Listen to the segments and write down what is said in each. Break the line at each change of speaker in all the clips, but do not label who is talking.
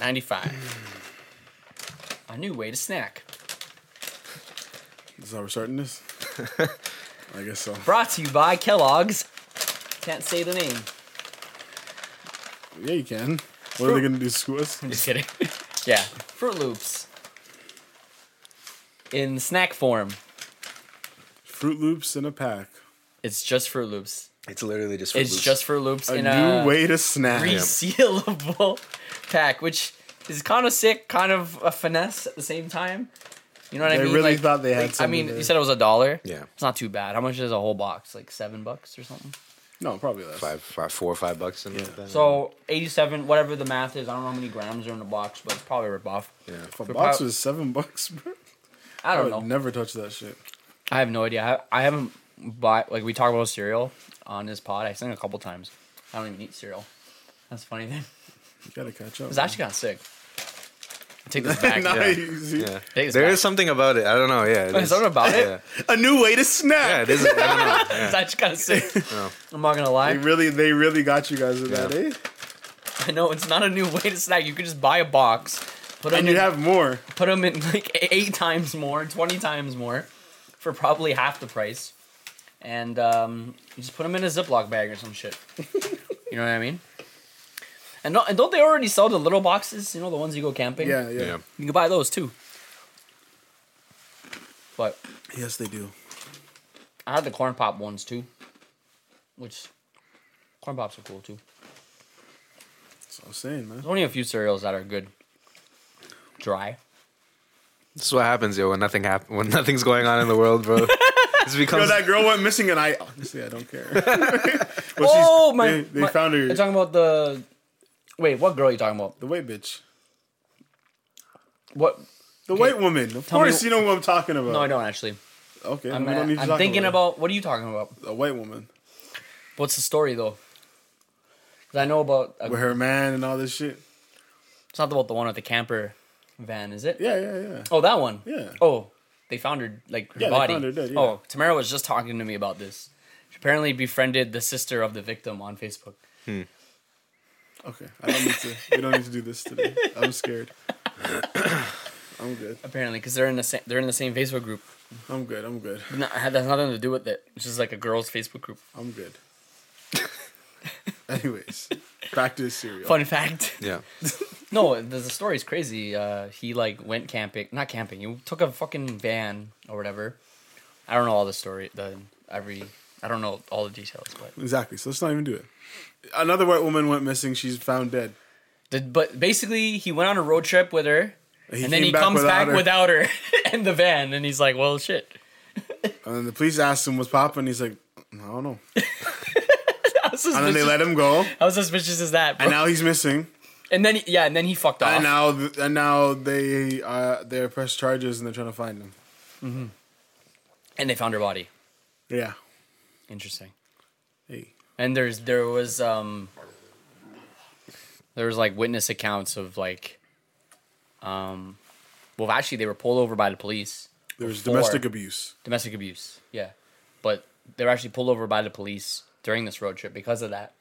95. A new way to snack.
Is that how we're starting this? I guess so.
Brought to you by Kellogg's. Can't say the name.
Yeah, you can. What are they gonna do? Screw us?
Just kidding. yeah. Fruit Loops. In snack form,
Fruit Loops in a pack.
it's just Fruit Loops.
It's literally just.
It's just Fruit Loops
A
in
new
a
way to snack.
resealable pack, which is kind of sick, kind of a finesse at the same time. You know what I
They
mean?
really thought they had
I
something
mean,
there.
you said it was a dollar.
Yeah.
It's not too bad. How much is a whole box? Like seven bucks or something?
No, probably less.
five, five, four or five bucks. In yeah.
So 87, whatever the math is, I don't know how many grams are in a box, but it's probably ripped off.
yeah.
If a
For
box
prob-
was seven bucks, bro,
I
I,
don't
would
know.
never touch that shit.
I have no idea. I, I haven't bought, like, we talk about cereal on this pod. I think a couple times. I don't even eat cereal. That's a funny thing.
You gotta catch up.
It's actually kind of sick. Take this back.
Nah,
yeah.
you see?
Yeah.
Take this
There
back.
is something about it. I don't know. Yeah. it
There's
is.
something about it?
Yeah.
A new way to
Yeah.
snack.
It is. I don't know.
It's
Yeah.
actually kind of sick.
No.
I'm not going to lie.
They really, they really got you guys with
Yeah.
that, eh?
I know it's not a new way to snack. You could just buy a box, put them,
And you
in,
have more.
put 'em in like e- eight times more, twenty times more, for probably half the price, and um, you just put them in a Ziploc bag or some shit. you know what I mean? And, no, and don't they already sell the little boxes? You know the ones you go camping.
Yeah, yeah,
Yeah.
you can buy those too. But
Yes, they do.
I had the corn pop ones too, which corn pops are cool too.
That's what I'm saying, man.
There's only a few cereals that are good. Dry.
This is what happens, yo. When nothing happen, when nothing's going on in the world, bro. This
Yo,
becomes.
that girl went missing, and I honestly, I don't care. Well,
oh
she's-
my!
They, they
my-
found her.
You're talking about the. Wait, what girl are you talking about?
the white bitch.
What?
The white woman. Of
Tell me-
course, you know what I'm talking about.
No, I don't actually.
Okay,
I'm,
we don't
gonna-
need to
I'm
talk
thinking
about,
about what are you talking about?
a white woman
What's the story though? 'Cause I know about. uh,
with her man and all this shit.
it's not about the one at the camper van, is it?
Yeah, yeah, yeah.
Oh, that one.
Yeah.
Oh, they found her like her
Yeah, they
body.
found her dead, yeah.
Oh, Tamara was just talking to me about this. She apparently befriended the sister of the victim on Facebook.
Okay, I don't need to. we don't need to do this today. I'm scared. I'm good.
Apparently, because they're in the same they're in the same Facebook group.
I'm good. I'm good.
No, it had- that's nothing to do with it. It's just like a girls' Facebook group.
I'm good. Anyways, back to the cereal.
Fun fact.
yeah.
No, the, the story's crazy. Uh, he like went camping, not camping. He took a fucking van or whatever. I don't know all the story. The every I don't know all the details, but
Exactly. So let's not even do it. Another white woman went missing. She's found dead.
the, but basically he went on a road trip with her,
He
and then
came
he
back
comes
without
back
her.
without her in the van, and he's like, "Well, shit."
And then the police asked him what's popping. He's like, I don't know.
How
And then
suspicious,
they let him go.
how suspicious is that? Bro?
And now he's missing.
and then he- yeah, and then he fucked off.
And now, th- and now they uh, they press charges and they're trying to find him.
And they found her body.
Yeah.
Interesting.
Hey.
And there's there was um there was like witness accounts of like um well actually they were pulled over by the police.
There was
Before-
domestic abuse.
Domestic abuse. Yeah. But they were actually pulled over by the police during this road trip because of that.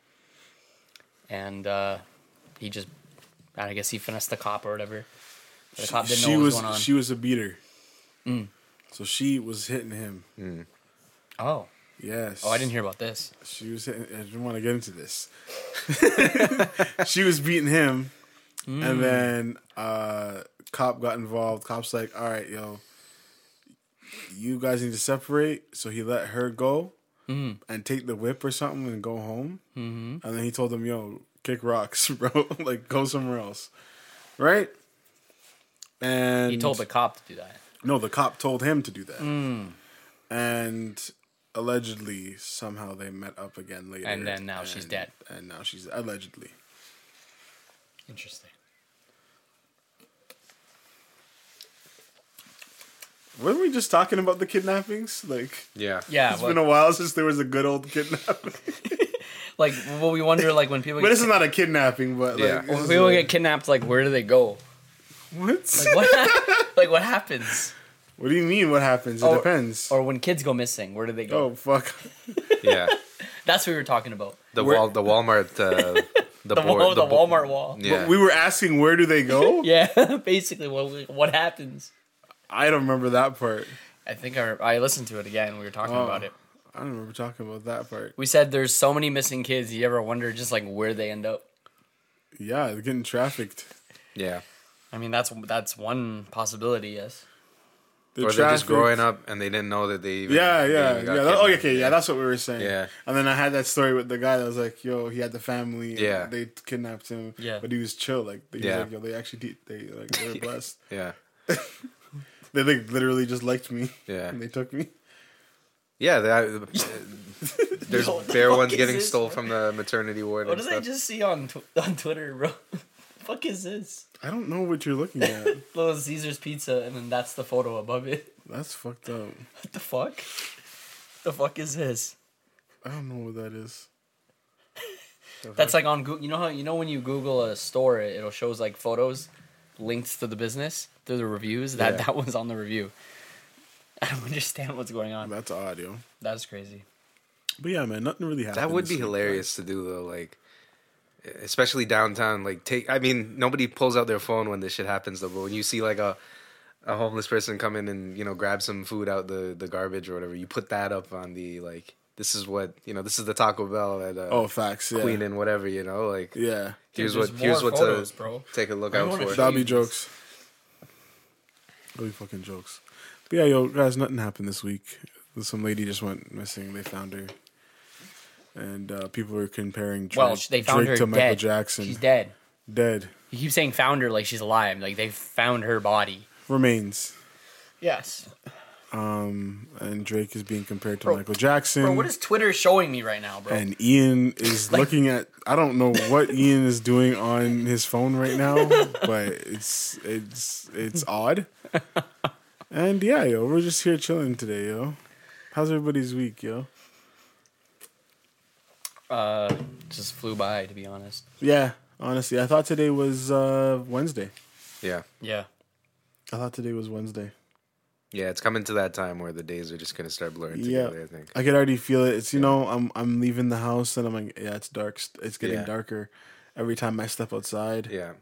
And uh he just I guess he finessed the cop or whatever. The cop didn't
She
know what was,
was,
going on. Mm.
she was a beater. So she was hitting him.
oh.
Yes.
Oh, I didn't hear about this.
She was hitting. I didn't want to get into this. she was beating him,
Mm.
and then uh, cop got involved. Cop's like, "All right, yo, you guys need to separate." So he let her go
Mm.
and take the whip or something and go home. Mm-hmm. And then he told him, "Yo, kick rocks, bro. like go somewhere else, right?" And
He told the cop to do that.
no, the cop told him to do that. And allegedly, somehow they met up again later.
And then now she's dead.
And now she's allegedly.
Interesting.
Weren't we just talking about the kidnappings? Like,
Yeah.
Yeah,
it's
but,
been a while since there was a good old kidnapping.
like well, we wonder like when people
but
get
this is not a kidnapping, but like.
Yeah. Well,
this
When
is
people
a-
get kidnapped, like where do they go?
what?
Like what? like what happens?
what do you mean what happens? It
Or-
depends.
Or when kids go missing, where do they go?
oh, fuck.
Yeah.
That's what we were talking about.
The
Where-
wall. The Walmart. Uh, the the,
the,
board,
wall, the
bo-
Walmart wall.
Yeah.
But we were asking where do they go?
Yeah, basically, what what happens?
I don't remember that part.
I think I, I listened to it again. We were talking
Oh.
about it.
I don't remember talking about that part.
We said there's so many missing kids. You ever wonder just like where they end up?
Yeah, they're getting trafficked.
yeah.
I mean, that's that's one possibility. Yes.
They're
Or they're just
trafficked.
growing up and they didn't know that they even.
Yeah,
they
yeah, yeah.
even got
that- oh,
kidnapped.
okay, yeah. That's what we were saying.
Yeah.
And then I had that story with the guy that was like, "Yo, he had the family. and
Yeah.
They kidnapped him.
Yeah.
But he was chill. Like, he
Yeah.
was like, yo, they actually did. They like they're blessed.
Yeah.
They like literally just liked me.
Yeah.
And they took me.
Yeah, that, there's
Yo, what the
bare
fuck
ones
is
getting
this,
stole
bro?
from the maternity ward.
What
and
did I
stuff.
just see on tw- on Twitter, bro? fuck is this?
I don't know what you're looking at.
Little Caesar's pizza, and then that's the photo above it.
That's fucked up.
What the fuck? The fuck is this?
I don't know what that is.
That's like on Google. You know how you know when you Google a store, it- it'll shows like photos, links to the business through the reviews. That
Yeah.
that one's on the review. I don't understand what's going on.
That's audio.
That's crazy.
But yeah, man, nothing really happened.
That would
this
be
week.
hilarious to do though, like especially downtown. Like take, I mean, nobody pulls out their phone when this shit happens though. But when you see like a a homeless person come in and you know grab some food out the the garbage or whatever, you put that up on the like this is what you know this is the Taco Bell at uh,
Oh, facts. Yeah.
Queen and whatever you know like
Yeah.
here's
Dude,
what
there's
here's
more
what
photos,
to
bro.
take a look
I
out
wanna
for.
show-
That'll be jokes. That'll be fucking jokes. But yeah, yo, guys, nothing happened this week. Some lady just went missing. They found her. And uh, people were comparing Drake,
Well, sh- they found
Drake
her
to
dead.
Michael Jackson.
She's dead.
Dead.
You keep saying found her like she's alive. Like they found her body.
Remains.
Yes.
And Drake is being compared to
Bro,
Michael Jackson.
Bro, what is Twitter showing me right now, bro?
and Ian is
Like-
looking at. I don't know what Ian is doing on his phone right now, but it's it's it's odd. And yeah, yo, we're just here chilling today, yo. How's everybody's week, yo?
uh, just flew by, to be honest.
Yeah, honestly, I thought today was uh, Wednesday.
Yeah,
Yeah.
I thought today was Wednesday.
yeah, it's coming to that time where the days are just gonna start blurring
Yeah,
together. I think.
I could already feel it. It's you know, I'm I'm leaving the house and I'm like, yeah, it's dark. It's getting
Yeah.
darker every time I step outside.
Yeah,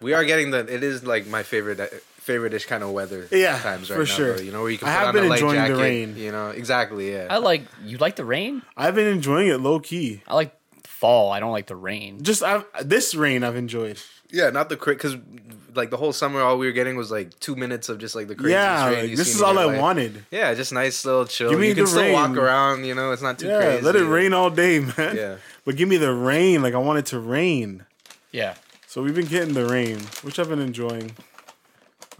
we are getting the. It is like my favorite, favorite ish kind of weather.
Yeah,
times right
for
now.
sure.
though. You know where you can
I
put
have
on
been
a light
enjoying the
jacket.
rain.
You know exactly. Yeah,
I like you like the rain?
I've been enjoying it low key.
I like fall. I don't like the rain.
Just I've, this rain, I've enjoyed.
yeah, not the cra because like the whole summer, all we were getting was like two minutes of just like the craziest
yeah,
rain.
like,
you've
this
seen
is
in
all
your
I
life.
wanted.
Yeah, just nice little chill.
Give me
you can
the
still walk
rain.
around. You know, it's not too
Yeah,
crazy.
let it rain all day, man.
Yeah.
But give me the rain. Like I want it to rain.
Yeah.
So we've been getting the rain, which I've been enjoying.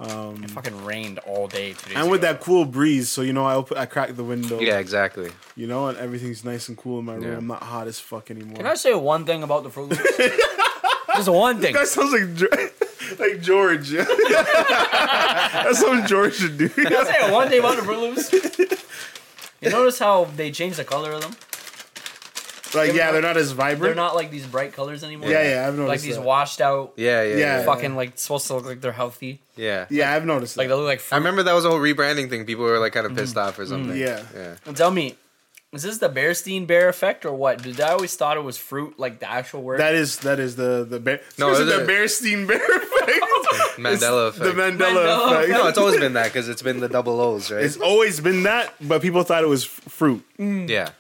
It fucking rained all day today.
And with that cool breeze, so you know I open, I crack the window.
Yeah, exactly.
You know, and everything's nice and cool in my room.
Yeah.
I'm not hot as fuck anymore.
Can I say one thing about the Fruit Loops? Just one thing.
that sounds like Ge- like George. That's something George should do.
Can I say one thing about the Fruit Loops? You notice how they changed the color of them?
like yeah, they're not as vibrant.
They're not like these bright colors anymore.
Yeah, yeah, I've noticed.
Like these
that.
washed out,
Yeah, yeah,
Yeah.
yeah.
fucking like supposed to look like they're healthy.
yeah.
yeah, I've noticed.
Like they
that.
look like
I
fruit.
remember that was a whole rebranding thing. People were like kind of pissed off or something.
yeah.
Mm-hmm. yeah.
Tell me, is this the Bearstein Bear effect or what? Did I always thought it was fruit, like the actual word?
That is that is the the bear.
No,
No, the
isn't it-
Bearstein Bear effect.
Mandela
It's
effect.
The Mandela,
Mandela
effect.
effect.
No, it's always been that because it's been the double O's, right?
It's always been that, but people thought it was f- fruit.
yeah.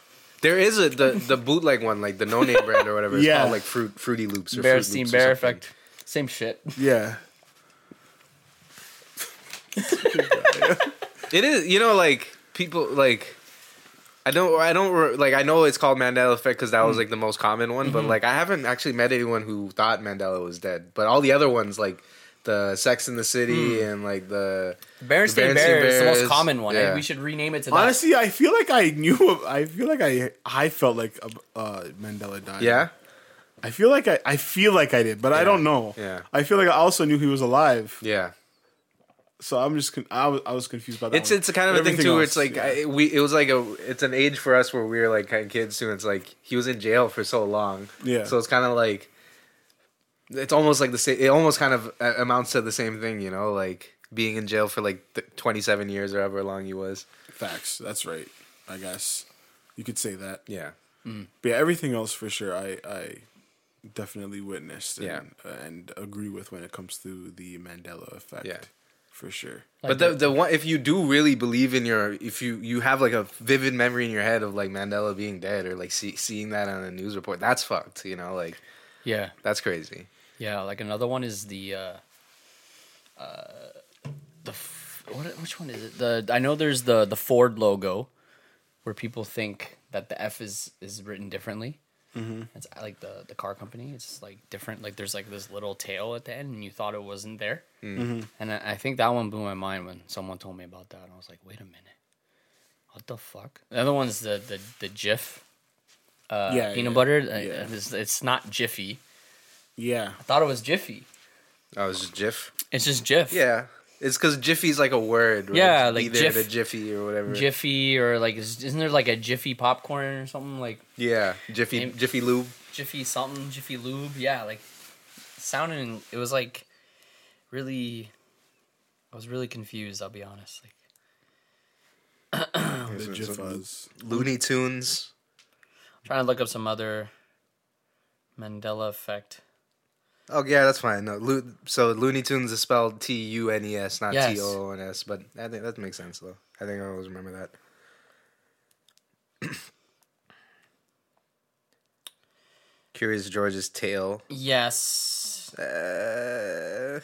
There is a the, the bootleg one, like the no name brand or whatever. It's
Yeah.
called like fruit fruity loops or Fruit
Bearstein
Loops or
Bear
something.
effect. Same shit.
Yeah.
It is you know like people like I don't I don't re- like I know it's called Mandela effect because that was
Mm.
like the most common one,
Mm-hmm.
but like I haven't actually met anyone who thought Mandela was dead. But all the other ones like the Sex in the City
Mm.
and like the
Berenstein
Berenstain
Bear is the
Bears,
most common one. I-
yeah.
we should rename it to that.
Honestly, I feel like I knew. I feel like I I felt like uh, Mandela died.
yeah
I feel like I I feel like I did, but I don't know.
yeah.
I feel like I also knew he was alive.
yeah
So I'm just con- I was I was confused by that.
It's
one.
it's a kind of a
Um,
thing
Everything
too. Where
else,
it's like
yeah.
I, we it was like a it's an age for us where we were like kind of kids too. And it's like he was in jail for so long.
Yeah.
So it's kind of like it's almost like the same. It almost kind of uh, amounts to the same thing, you know, like being in jail for like th- 27 years or however long he was.
facts. That's right. I guess you could say that.
Yeah.
But yeah, everything else for sure. I I definitely witnessed and, uh,
Yeah.
and agree with when it comes to the Mandela effect.
Yeah.
For sure.
Like
but the, the one if you do really believe in your if you you have like a vivid memory in your head of like Mandela being dead or like see, seeing that on a news report that's fucked you know like
Yeah,
that's crazy
yeah. Like another one is the, uh, uh, the f- what? Which one is it? The I know there's the the Ford logo, where people think that the F is is written differently.
Mm-hmm.
It's like the the car company. It's like different. Like there's like this little tail at the end, and you thought it wasn't there.
Mm-hmm.
And I, I think that one blew my mind when someone told me about that. And I was like, wait a minute, what the fuck? The other one's the the the GIF. Uh,
Yeah,
peanut
yeah,
butter. uh,
yeah.
It's, it's not Jiffy.
Yeah.
I thought it was Jiffy.
oh it's just GIF
It's just Jif.
yeah it's because Jiffy's like a word where
Yeah,
it's
like
either
Jif-
the Jiffy or whatever
Jiffy or like is, isn't there like a Jiffy popcorn or something like
yeah Jiffy
Name-
Jiffy Lube
Jiffy something Jiffy lube? Yeah, like sounding it was like really. I was really confused. I'll be honest. Like Oh,
The
so-
GIF
so-
was-
Looney Tunes
I'm trying to look up some other Mandela effect.
oh yeah that's fine no Lo- so Looney Tunes is spelled T U N E S not
Yes.
T O O N E S but I think that makes sense though I think I always remember that Curious George's tail
Yes,
Uh,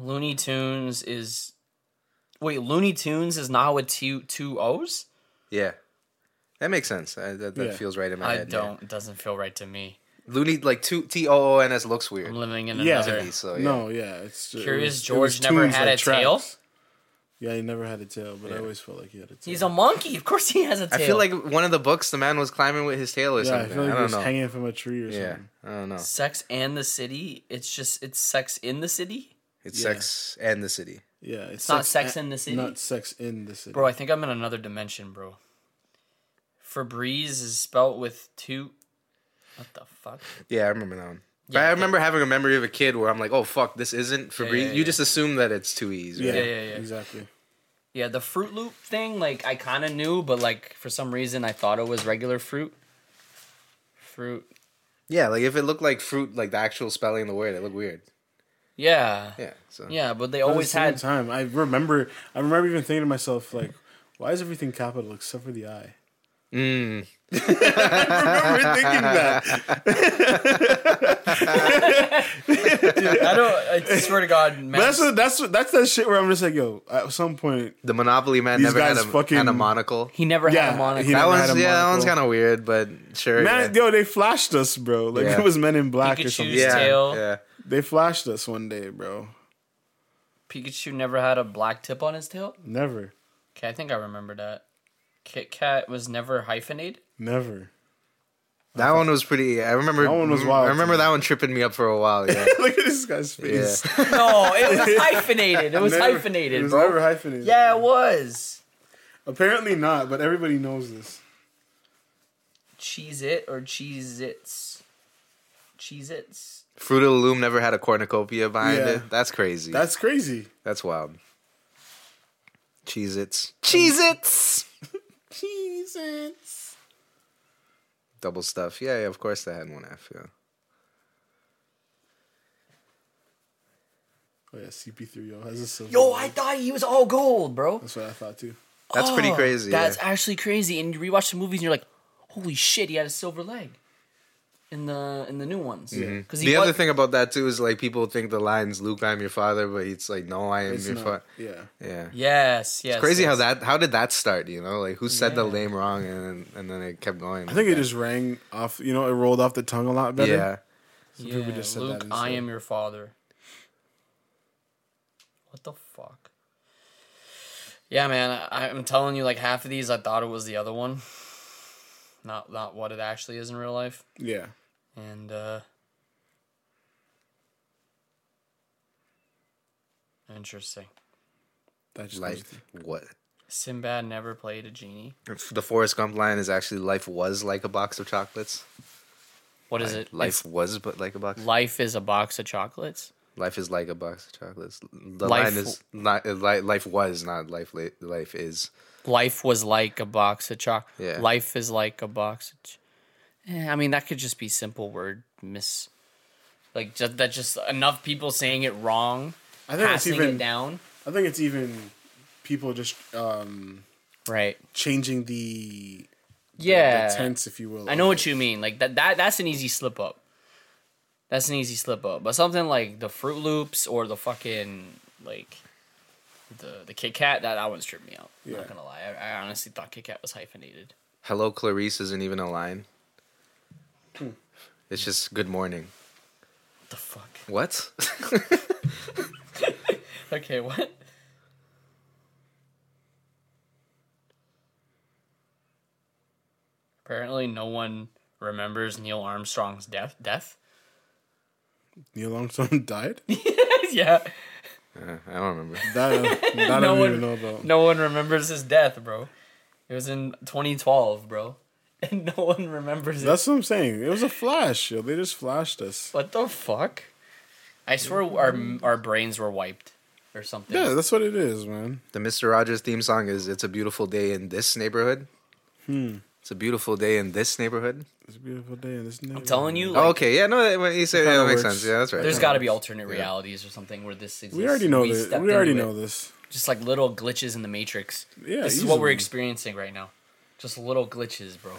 Looney Tunes is. Wait, Looney Tunes is now with two two O's.
yeah, that makes sense. I, that that
Yeah.
feels right in my
I
head. yeah.
don't. It doesn't feel right to me.
Looney like two T O O N E S looks weird.
I'm living in
Yeah.
another.
So yeah.
No, yeah. It's it
Curious
it
George never
tunes
had a tail?
tracks. Yeah, he never had a tail, but I
Yeah.
always felt like he had a tail.
He's a monkey. Of course, he has a
I
tail.
feel like one of the books the man was climbing with his tail or
yeah, I
something.
feel like
I
he
don't
was
know.
hanging from a tree or
yeah,
something.
I don't know.
Sex and the City. It's just it's Sex in the City,
It's
Yeah.
sex and the city.
Yeah, it's,
not Sex in the
at-
City?
Not sex in the city.
bro. I think I'm in another dimension, bro. Febreze is spelt with two. What the fuck?
Yeah, I remember that one.
Yeah,
but I
it-
remember having a memory of a kid where I'm like, oh fuck, this isn't Febreze.
yeah, yeah.
You just assume that it's two E's.
yeah,
Right?
yeah, yeah, yeah.
exactly.
Yeah, the Fruit Loop thing. Like I kind of knew, but like for some reason I thought it was regular fruit. Fruit.
Yeah, like if it looked like fruit, like the actual spelling of the word, it looked weird.
Yeah.
Yeah. So
Yeah, but they
At the
always
same
had.
time. I remember. I remember even thinking to myself like, why is everything capital except for the I?
Mm.
I remember thinking that.
I don't. I swear to God, man.
But that's what, that's what, that's that shit where I'm just like, yo. At some point,
The Monopoly man
These
never had
guys
a,
fucking-
had a monocle.
he never had
Yeah,
a monocle.
he-
That
never
one's
had a
yeah, that one's
monocle.
kind of weird, but sure.
man,
yeah.
yo, they flashed us, bro. Like
Yeah.
it was Men in Black or
Pikachu's
something.
yeah,
tail.
yeah.
They flashed us one day, bro.
Pikachu never had a black tip on his tail.
Never,
Okay, I think I remember that. Kit Kat was never hyphenated.
never.
That one was pretty. I remember.
That one was wild
I
to
remember
me.
that one tripping me up for a while. Yeah,
Look at this guy's
yeah.
face.
No, it was hyphenated. It was
Never- It
hyphenated,
was
bro.
never hyphenated.
yeah, it was.
Apparently not, but everybody knows this.
Cheese it or cheese its. Cheese its.
Fruit of the Loom never had a cornucopia behind
Yeah.
it. That's crazy. That's
That's crazy.
that's wild. Cheez Its. Cheez Its.
Jesus.
Double stuff. Yeah, yeah. Of course they had one F. Yeah.
Oh yeah, CP3 yo has a silver.
Yo, I
one.
thought he was all gold, bro.
That's what I thought too.
That's pretty
Oh,
crazy.
That's
yeah.
actually crazy. And you rewatch the movies, and you're like, holy shit, he had a silver leg. In the in the new ones, because
Mm-hmm. The other thing about that too is like people think the lines "Luke, I'm your father," but it's like, "No, I am
It's
your
not-
father."
Yeah.
Yeah.
Yes, yes.
Crazy
yes.
how that how did that start? You know, like who said the
Yeah.
name wrong and then, and then it kept going.
I think it just rang off. You know, it rolled off the tongue a lot better.
yeah.
Yeah,
people just said that
Luke, I
instead.
am your father. What the fuck? Yeah, man, I, I'm telling you, like half of these, I thought it was the other one, not not what it actually is in real life,
Yeah.
and uh interesting.
That just
Like what?
Sinbad never played a genie.
The Forrest Gump line is actually "Life was like a box of chocolates."
What is it?
Life was but like a box.
It's- life is a box of chocolates.
Life is like a box of chocolates. The
Life
line is not uh, li- life was not life. li- Life is
Life was like a box of choc.
Yeah.
Life is like a box of ch- Eh, I mean, that could just be simple word miss. Like just, that, just enough people saying it wrong,
I think it's
passing
even.
it down.
I think it's even people just um,
Right.
changing the
Yeah.
the tense, if you will.
I know what you mean. Like that, that that's an easy slip up. That's an easy slip up. But something like the Fruit Loops or the fucking like the the Kit Kat that that one's tripped me out.
Yeah.
Not gonna lie, I, I honestly thought Kit Kat was hyphenated.
Hello, Clarice isn't even a line. It's just good morning.
The fuck.
What?
Okay, what? Apparently, no one remembers Neil Armstrong's death. Death?
Neil Armstrong died.
yeah.
Uh, I don't remember.
That, that I
No
don't
one-
even know about.
No one remembers his death, bro. It was in 2012, bro. And no one remembers it.
That's what I'm saying. It was a flash. Yo. They just flashed us.
What the fuck? I swear our our brains were wiped or something.
Yeah, that's what it is, man.
The Mister Rogers theme song is "It's a Beautiful Day in This Neighborhood." Hmm. It's a beautiful day in this neighborhood.
It's a beautiful day in this.
I'm telling you,
Oh,
like,
okay, yeah, no, that- when you say that,
kinda
that makes
works.
sense. Yeah, that's right.
there's
Yeah.
got to be alternate realities or something where this exists.
We already know this.
stepped
We already
into it.
know this.
Just like little glitches in the matrix.
Yeah,
this is what we're
easily.
experiencing right now. Just little glitches, bro.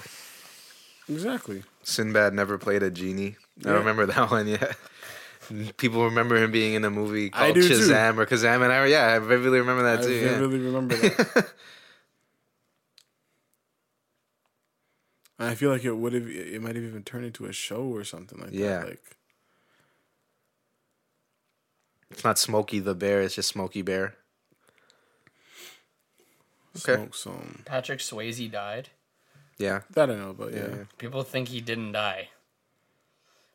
Exactly.
Sinbad never played a genie. I
Yeah.
remember that one. Yeah, people remember him being in a movie
I
called
do too.
Shazam or Kazam, and I yeah, I vividly remember that
I
too. yeah.
vividly remember that. I feel like it would have. It might have even turned into a show or something like
Yeah.
that. Like
It's not Smokey the Bear. It's just Smokey Bear. Okay.
smoke some.
Patrick Swayze died.
Yeah.
That I know, but yeah.
Yeah.
People think he didn't die.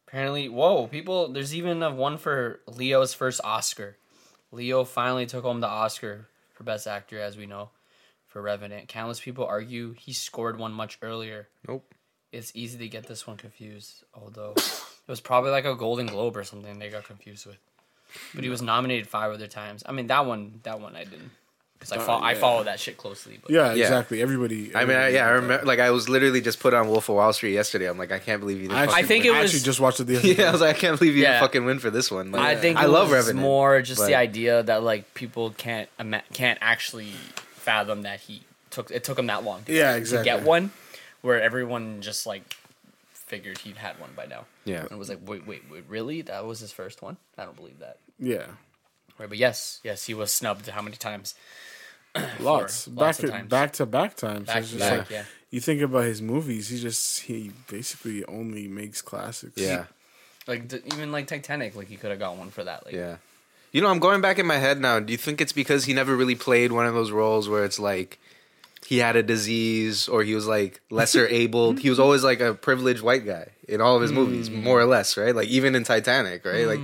Apparently, whoa, people, there's even a one for Leo's first Oscar. Leo finally took home the Oscar for Best Actor, as we know, for Revenant. Countless people argue he scored one much earlier.
Nope.
It's easy to get this one confused, although it was probably like a Golden Globe or something they got confused with. But he was nominated five other times. I mean, that one, that one I didn't. Because I, fo- I
yeah.
follow that shit closely. But
Yeah,
Yeah.
exactly. Everybody.
I mean,
everybody
I, yeah, I
did that.
remember. Like, I was literally just put on Wolf of Wall Street yesterday. I'm like, I can't believe you. Didn't
I, actually,
fucking
think
win.
it
I
was-
actually just watched it the other
yeah, I
day.
was like, I can't believe you
Yeah.
didn't fucking win for this one. Like,
I think
I
it
love
was
Revenant.
more just
but-
the idea that like people can't ima- can't actually fathom that he took it took him that long to,
Yeah,
to
exactly.
get one, where everyone just like figured he'd had one by now.
Yeah.
and was like, wait, wait, wait, really? That was his first one? I don't believe that.
Yeah,
Right, but yes, yes, he was snubbed. How many times? Lots
lots, back
of
to
times.
back to back times.
Back
It's
to
just
back,
like-
yeah.
You think about his movies. He just he basically only makes classics.
Yeah.
Like d- even like Titanic, like he could have got one for that. Like,
Yeah. You know, I'm going back in my head now. Do you think it's because he never really played one of those roles where it's like he had a disease or he was like lesser able? He was always like a privileged white guy in all of his movies,
Hmm.
more or less, right? Like even in Titanic, right? Like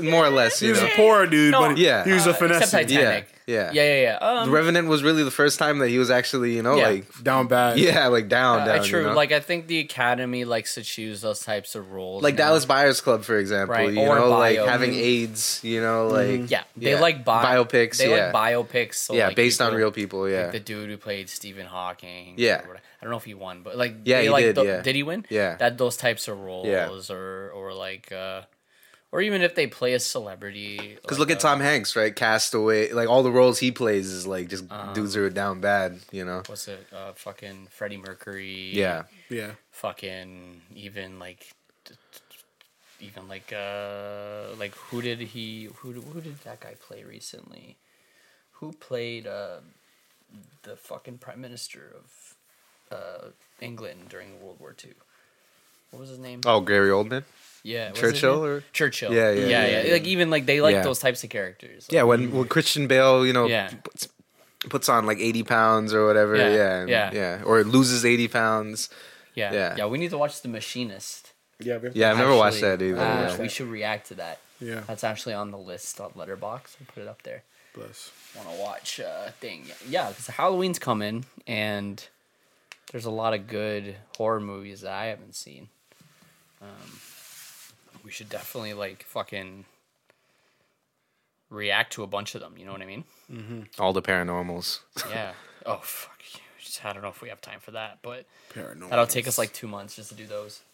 more or less,
he
you
was
know.
a poor dude,
No.
but
Yeah.
he was a
Uh, except
finesse
Titanic.
Yeah, yeah.
yeah, yeah, yeah. Um,
The Revenant was really the first time that he was actually, you know,
Yeah.
like
down bad.
yeah, like down,
uh,
down.
true.
you know?
Like I think the Academy likes to choose those types of roles.
like
now.
Dallas Buyers Club, for example.
Right,
You
or
know, like
bio. mm.
having AIDS. You know, like
Yeah, they like bi-
biopics.
They
yeah,
like biopics. So
yeah,
like
based on
people-
real people. Yeah,
Like the dude who played Stephen Hawking.
Yeah.
or whatever. I don't know if he won, but like
Yeah,
they
he
like
did,
tho-
yeah.
Did he win?
Yeah.
that those types of roles,
Yeah.
or or like, uh or even if they play a celebrity. like
Because
uh,
look at
a-
Tom Hanks, right? Castaway, like all the roles he plays is like just
Uh-huh.
dudes who are down bad, you know?
What's it? Uh, fucking Freddie Mercury.
Yeah,
yeah.
Fucking even like. t- t- Even like uh like who did he who did- who did that guy play recently? Who played uh the fucking prime minister of uh, England during World War II. What was his name?
Oh, Gary Oldman.
yeah, what's his
Churchill
name?
or-
Churchill.
Yeah, yeah,
yeah,
yeah,
yeah. Like even like they like
Yeah.
those types of characters. Like,
Yeah, when when Christian Bale, you know,
Mm. Yeah.
puts, puts on like eighty pounds or whatever.
Yeah,
Yeah, yeah,
yeah.
or loses eighty pounds.
yeah, yeah,
yeah.
We need to watch The Machinist.
Yeah, we have to-
Yeah, I've never watched that
Actually,
either.
uh,
yeah.
We should react to that.
Yeah.
That's actually on the list on Letterbox. I'll put it up there.
Bless.
Want to watch uh, thing? Yeah, because Halloween's coming and there's a lot of good horror movies that I haven't seen. Um, we should definitely like fucking react to a bunch of them. You know what I mean?
All the paranormals.
Yeah. Oh fuck. Just- I don't know if we have time for that, but
Paranormal.
that'll take us like two months just to do those.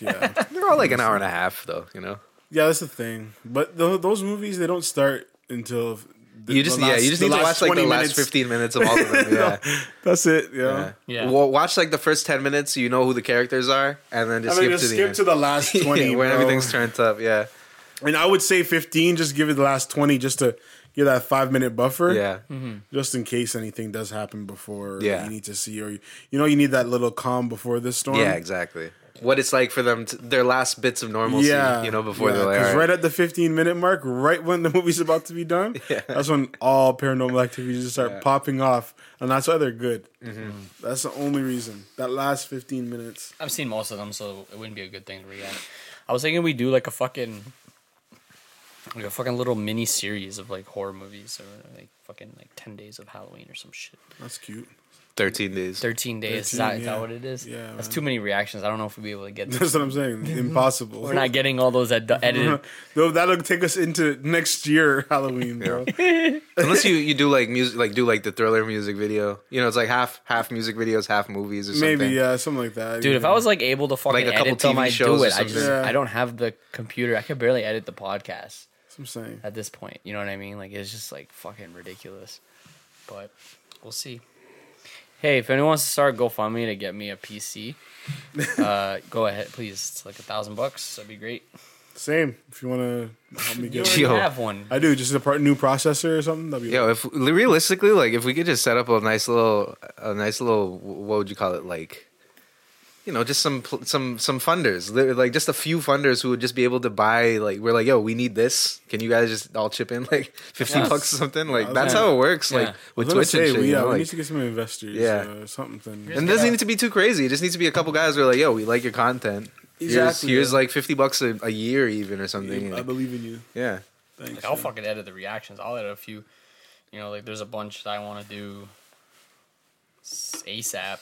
Yeah,
They're all like an hour and a half, though. You know,
yeah, that's the thing. But tho- those movies, they don't start until the,
you just
the
yeah,
last-
you just
the
need to
last
watch like the
20
last
minutes.
fifteen minutes of all of them. Yeah,
That's it.
yeah.
Yeah.
Yeah.
Well, watch like the first ten minutes, so you know who the characters are, and then
I
just
mean,
skip
just
to the
skip
end.
to the last twenty
yeah, when
bro.
everything's turned up. Yeah,
And I would say 15, just give it the last 20 just to give that five minute buffer.
yeah.
Just in case anything does happen before
Yeah.
you need to see, or you, you know, you need that little calm before the storm.
Yeah, exactly. What it's like for them, to, their last bits of normalcy,
Yeah.
you know, before
yeah,
they're like,
'cause
"All
right
right."
at the 15 minute mark, right when the movie's about to be done, that's when all paranormal activities just start popping off. And that's why they're good.
Mm-hmm.
That's the only reason. That last 15 minutes.
I've seen most of them, so it wouldn't be a good thing to react. I was thinking we do like a fucking like a fucking little mini series of like horror movies or like fucking like ten days of Halloween or some shit.
That's cute.
thirteen days.
Thirteen days. is,
13,
that, is that
yeah.
what it is?
Yeah,
That's
man.
too many reactions. I don't know if we'll be able to get.
That's what I'm saying. Impossible.
We're not getting all those ed- edited.
Though that'll take us into next year Halloween, bro.
Unless you, you do like music, like do like the thriller music video. You know, it's like half half music videos, half movies or something.
Maybe yeah, something like that.
Dude, if I was like able to fucking
Like a couple
edit them,
TV
I
shows
do
or
it. I just
something.
Yeah.
I don't have the computer. I could barely edit the podcast
That's what I'm saying.
at this point. You know what I mean? Like it's just like fucking ridiculous. But we'll see. Hey, if anyone wants to start GoFundMe to get me a PC, uh, go ahead, please. It's like a thousand bucks. That'd be great.
Same. If you want to help me
You
get,
already
Yo.
have one.
I do. Just a part, new processor or something. That'd be
Yo, if realistically, like if we could just set up a nice little, a nice little, what would you call it? Like, you know, just some pl- some some funders, Li- like just a few funders who would just be able to buy. Like, we're like, yo, we need this. Can you guys just all chip in like fifty
Yes.
bucks or something? Like
Yeah,
that's
yeah.
how it works.
Yeah.
Like
I was
with
gonna
Twitch and
say,
shit.
we,
you
yeah,
know,
we
like-
need to get some investors.
Yeah.
Yeah, or something.
and it doesn't need to be too crazy. It just needs to be a couple guys who are like, yo, we like your content. Here's,
Exactly,
here's
yeah.
like fifty bucks a, a year even or something.
I
Like,
believe in you.
yeah.
Thanks.
Like, I'll
man.
fucking edit the reactions. I'll edit a few. You know, like there's a bunch that I want to do s- ASAP.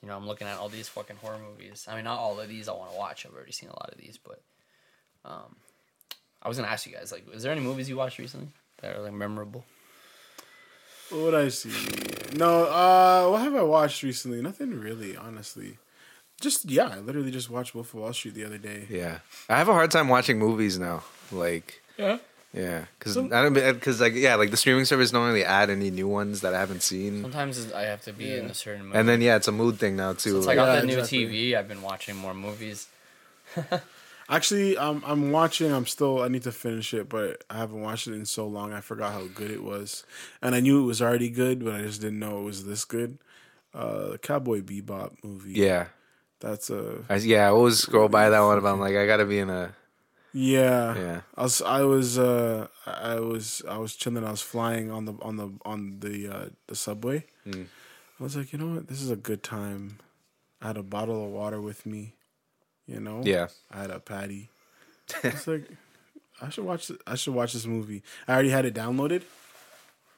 You know, I'm looking at all these fucking horror movies. I mean, not all of these I want to watch. I've already seen a lot of these, but um, I was gonna ask you guys, like, is there any movies you watched recently that are like memorable?
What would I see? No, uh, what have I watched recently? Nothing really, honestly. Just yeah, I literally just watched Wolf of Wall Street the other day.
Yeah, I have a hard time watching movies now. Like,
Yeah.
yeah, because I don't because like yeah, like the streaming service don't really add any new ones that I haven't seen.
Sometimes it's- I have to be in a certain mood.
And then Oh, yeah, it's a mood thing now too.
since I
like-
got
Yeah,
the new
exactly.
TV, I've been watching more movies.
Actually, um, I'm watching. I'm still. I need to finish it, but I haven't watched it in so long. I forgot how good it was, and I knew it was already good, but I just didn't know it was this good. Uh, Cowboy Bebop movie.
yeah,
that's a
I, yeah, I always scroll by that one. But I'm like, I gotta be in a
yeah.
Yeah.
I was. I was. Uh, I was. I was chilling. I was flying on the on the on the uh, the subway.
Hmm.
I was like, you know what? This is a good time. I had a bottle of water with me. You know.
yeah.
I had a patty. It's like I should watch. th- I should watch this movie. I already had it downloaded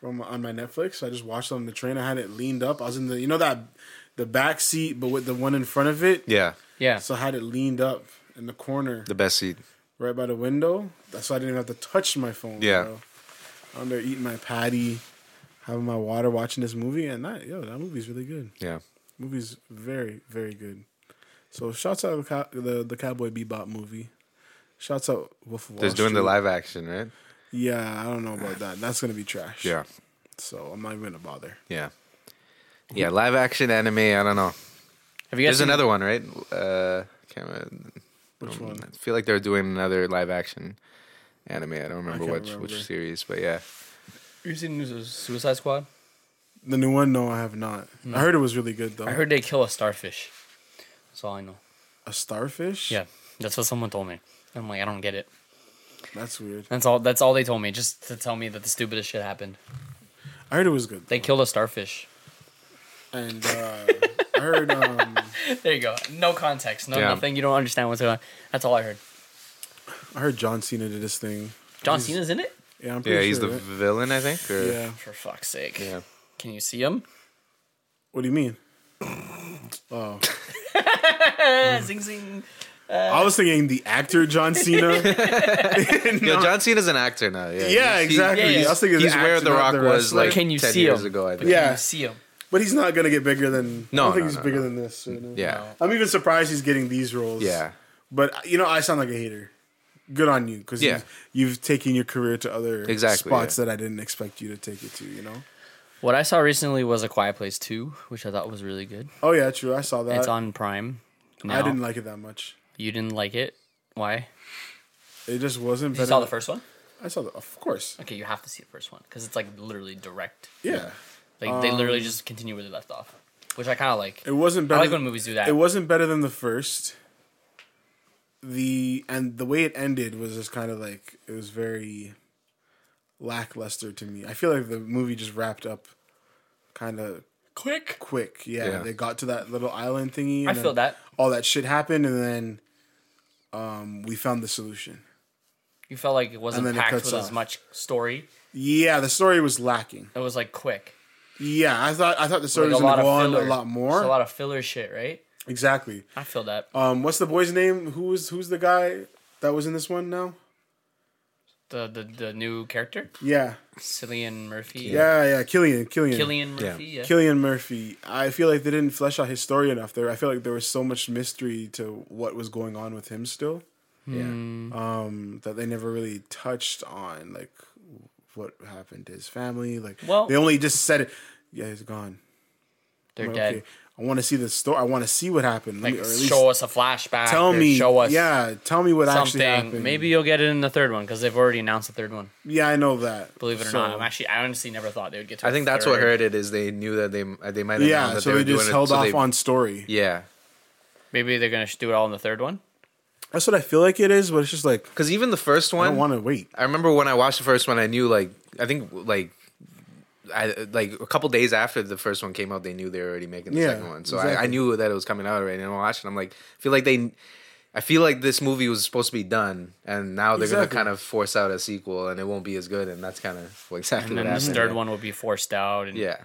from on my Netflix. So I just watched it on the train. I had it leaned up. I was in the you know that the back seat, but with the one in front of it.
Yeah,
Yeah.
So I had it leaned up in the corner,
the best seat.
right by the window. That's why I didn't even have to touch my phone.
Yeah.
bro. I'm there eating my patty, having my water, watching this movie, and that yo, that movie's really good.
Yeah,
Movie's very, very good. So shouts out to Cow- the the Cowboy Bebop movie. Shouts out Wolf of Wall
they're doing the
Street.
live action, right?
Yeah, I don't know about that. That's gonna be trash.
Yeah,
So I'm not even gonna bother.
yeah, yeah. Live action anime. I don't know.
Have you guys
There's
seen-
another one, right? Uh, can't remember.
Which
Um,
one?
I feel like they're doing another live action anime. I don't remember
can't
which
remember.
which series, but yeah,
You seen Su- Suicide Squad?
The new one? No, I have not. I heard it was really good though.
I heard they kill a starfish. That's all I know.
a starfish.
Yeah, that's what someone told me. I'm like, I don't get it.
that's weird.
That's all. That's all they told me, just to tell me that the stupidest shit happened.
I heard it was good.
They killed a starfish.
And uh, I heard um,
There you go. No context. No
Yeah.
nothing. You don't understand what's going on. That's all I heard.
I heard John Cena did this thing.
John Cena's in it.
Yeah, I'm pretty
yeah.
sure.
He's the
right?
villain, I think. Or,
Yeah.
For fuck's sake.
yeah.
Can you see him?
What do you mean? Oh,
zing zing.
I was thinking the actor John Cena.
Yo, John Cena's an actor now. Yeah,
Yeah,
He-
exactly.
yeah, yeah.
I was thinking
He's
the
where
actor,
The
not
Rock was,
wrestler.
like,
Can you
10
see
years
him?
ago, I
But Can
think.
Yeah.
you see him?
But he's not gonna get bigger than.
No,
I don't think
no,
he's
no,
bigger
no.
than this. right now.
Yeah.
No.
I'm even surprised he's getting these roles.
Yeah.
But you know, I sound like a hater. Good on you, because
Yeah.
you've, you've taken your career to other
Exactly,
spots
yeah.
that I didn't expect you to take it to. You know.
What I saw recently was A Quiet Place 2, which I thought was really good.
Oh yeah, true. I saw that.
It's on Prime. Now.
I didn't like it that much.
You didn't like it? Why?
It just wasn't.
You
better
saw
than-
the first one?
I saw the. Of course.
Okay, you have to see the first one because it's like literally direct.
Yeah.
Like
Um,
they literally just continue where they left off, which I kind of like.
It wasn't
I
better.
like when
than-
movies do that.
It wasn't better than the first. The and the way it ended was just kind of like it was very lackluster to me. I feel like the movie just wrapped up kind of
quick.
quick. Yeah,
Yeah.
they got to that little island thingy. And
I feel
then
that
all that shit happened, and then um, we found the solution.
you felt like it wasn't
And then it
packed
cuts
with as
off.
much story.
Yeah, the story was lacking.
It was like quick.
Yeah, I thought I thought the story
Like
was
a lot
gonna
of
go on
filler.
a lot more.
It's a lot of filler shit, right?
exactly.
I feel that.
Um, what's the boy's name? Who was who's the guy that was in this one now?
The the, the new character,
Yeah.
Cillian Murphy.
Yeah, yeah, Killian, Killian,
Cillian
Yeah.
Murphy. Yeah.
Killian Murphy. I feel like they didn't flesh out his story enough. There, I feel like there was so much mystery to what was going on with him still
Yeah.
um, that they never really touched on, like what happened to his family. Like,
Well-
they only just said it. Yeah, he's gone.
They're
Like,
dead.
okay, I want to see the story. I want to see what happened. Let
Like,
me- or at least
show us a flashback.
tell
or
me.
Show us.
yeah, tell me what actually
Something.
happened.
Maybe you'll get it in the third one because they've already announced the third one.
Yeah, I know that.
Believe it or
So-
not, I'm actually I honestly never thought they would get to.
I
a
think that's
third.
what hurt it is they knew that they they might have known
Yeah,
that
so
they,
they
were
just
doing
held
it, so
off
they-
on story.
yeah
Maybe they're gonna sh- do it all in the third one.
That's what I feel like it is, but it's just like
because even the first
I
one
don't want to wait.
I remember when I watched the first one, I knew like I think like I like a couple days after the first one came out, they knew they were already making the
Yeah,
second one. So I, I
exactly.
knew that it was coming out already, and I watched it. I'm like, I feel like they, I feel like this movie was supposed to be done, and now they're
Exactly.
gonna kind of force out a sequel, and it won't be as good. And that's kind of well, exactly
And
what
then this
happened.
third
yeah.
one will be forced out, and
yeah.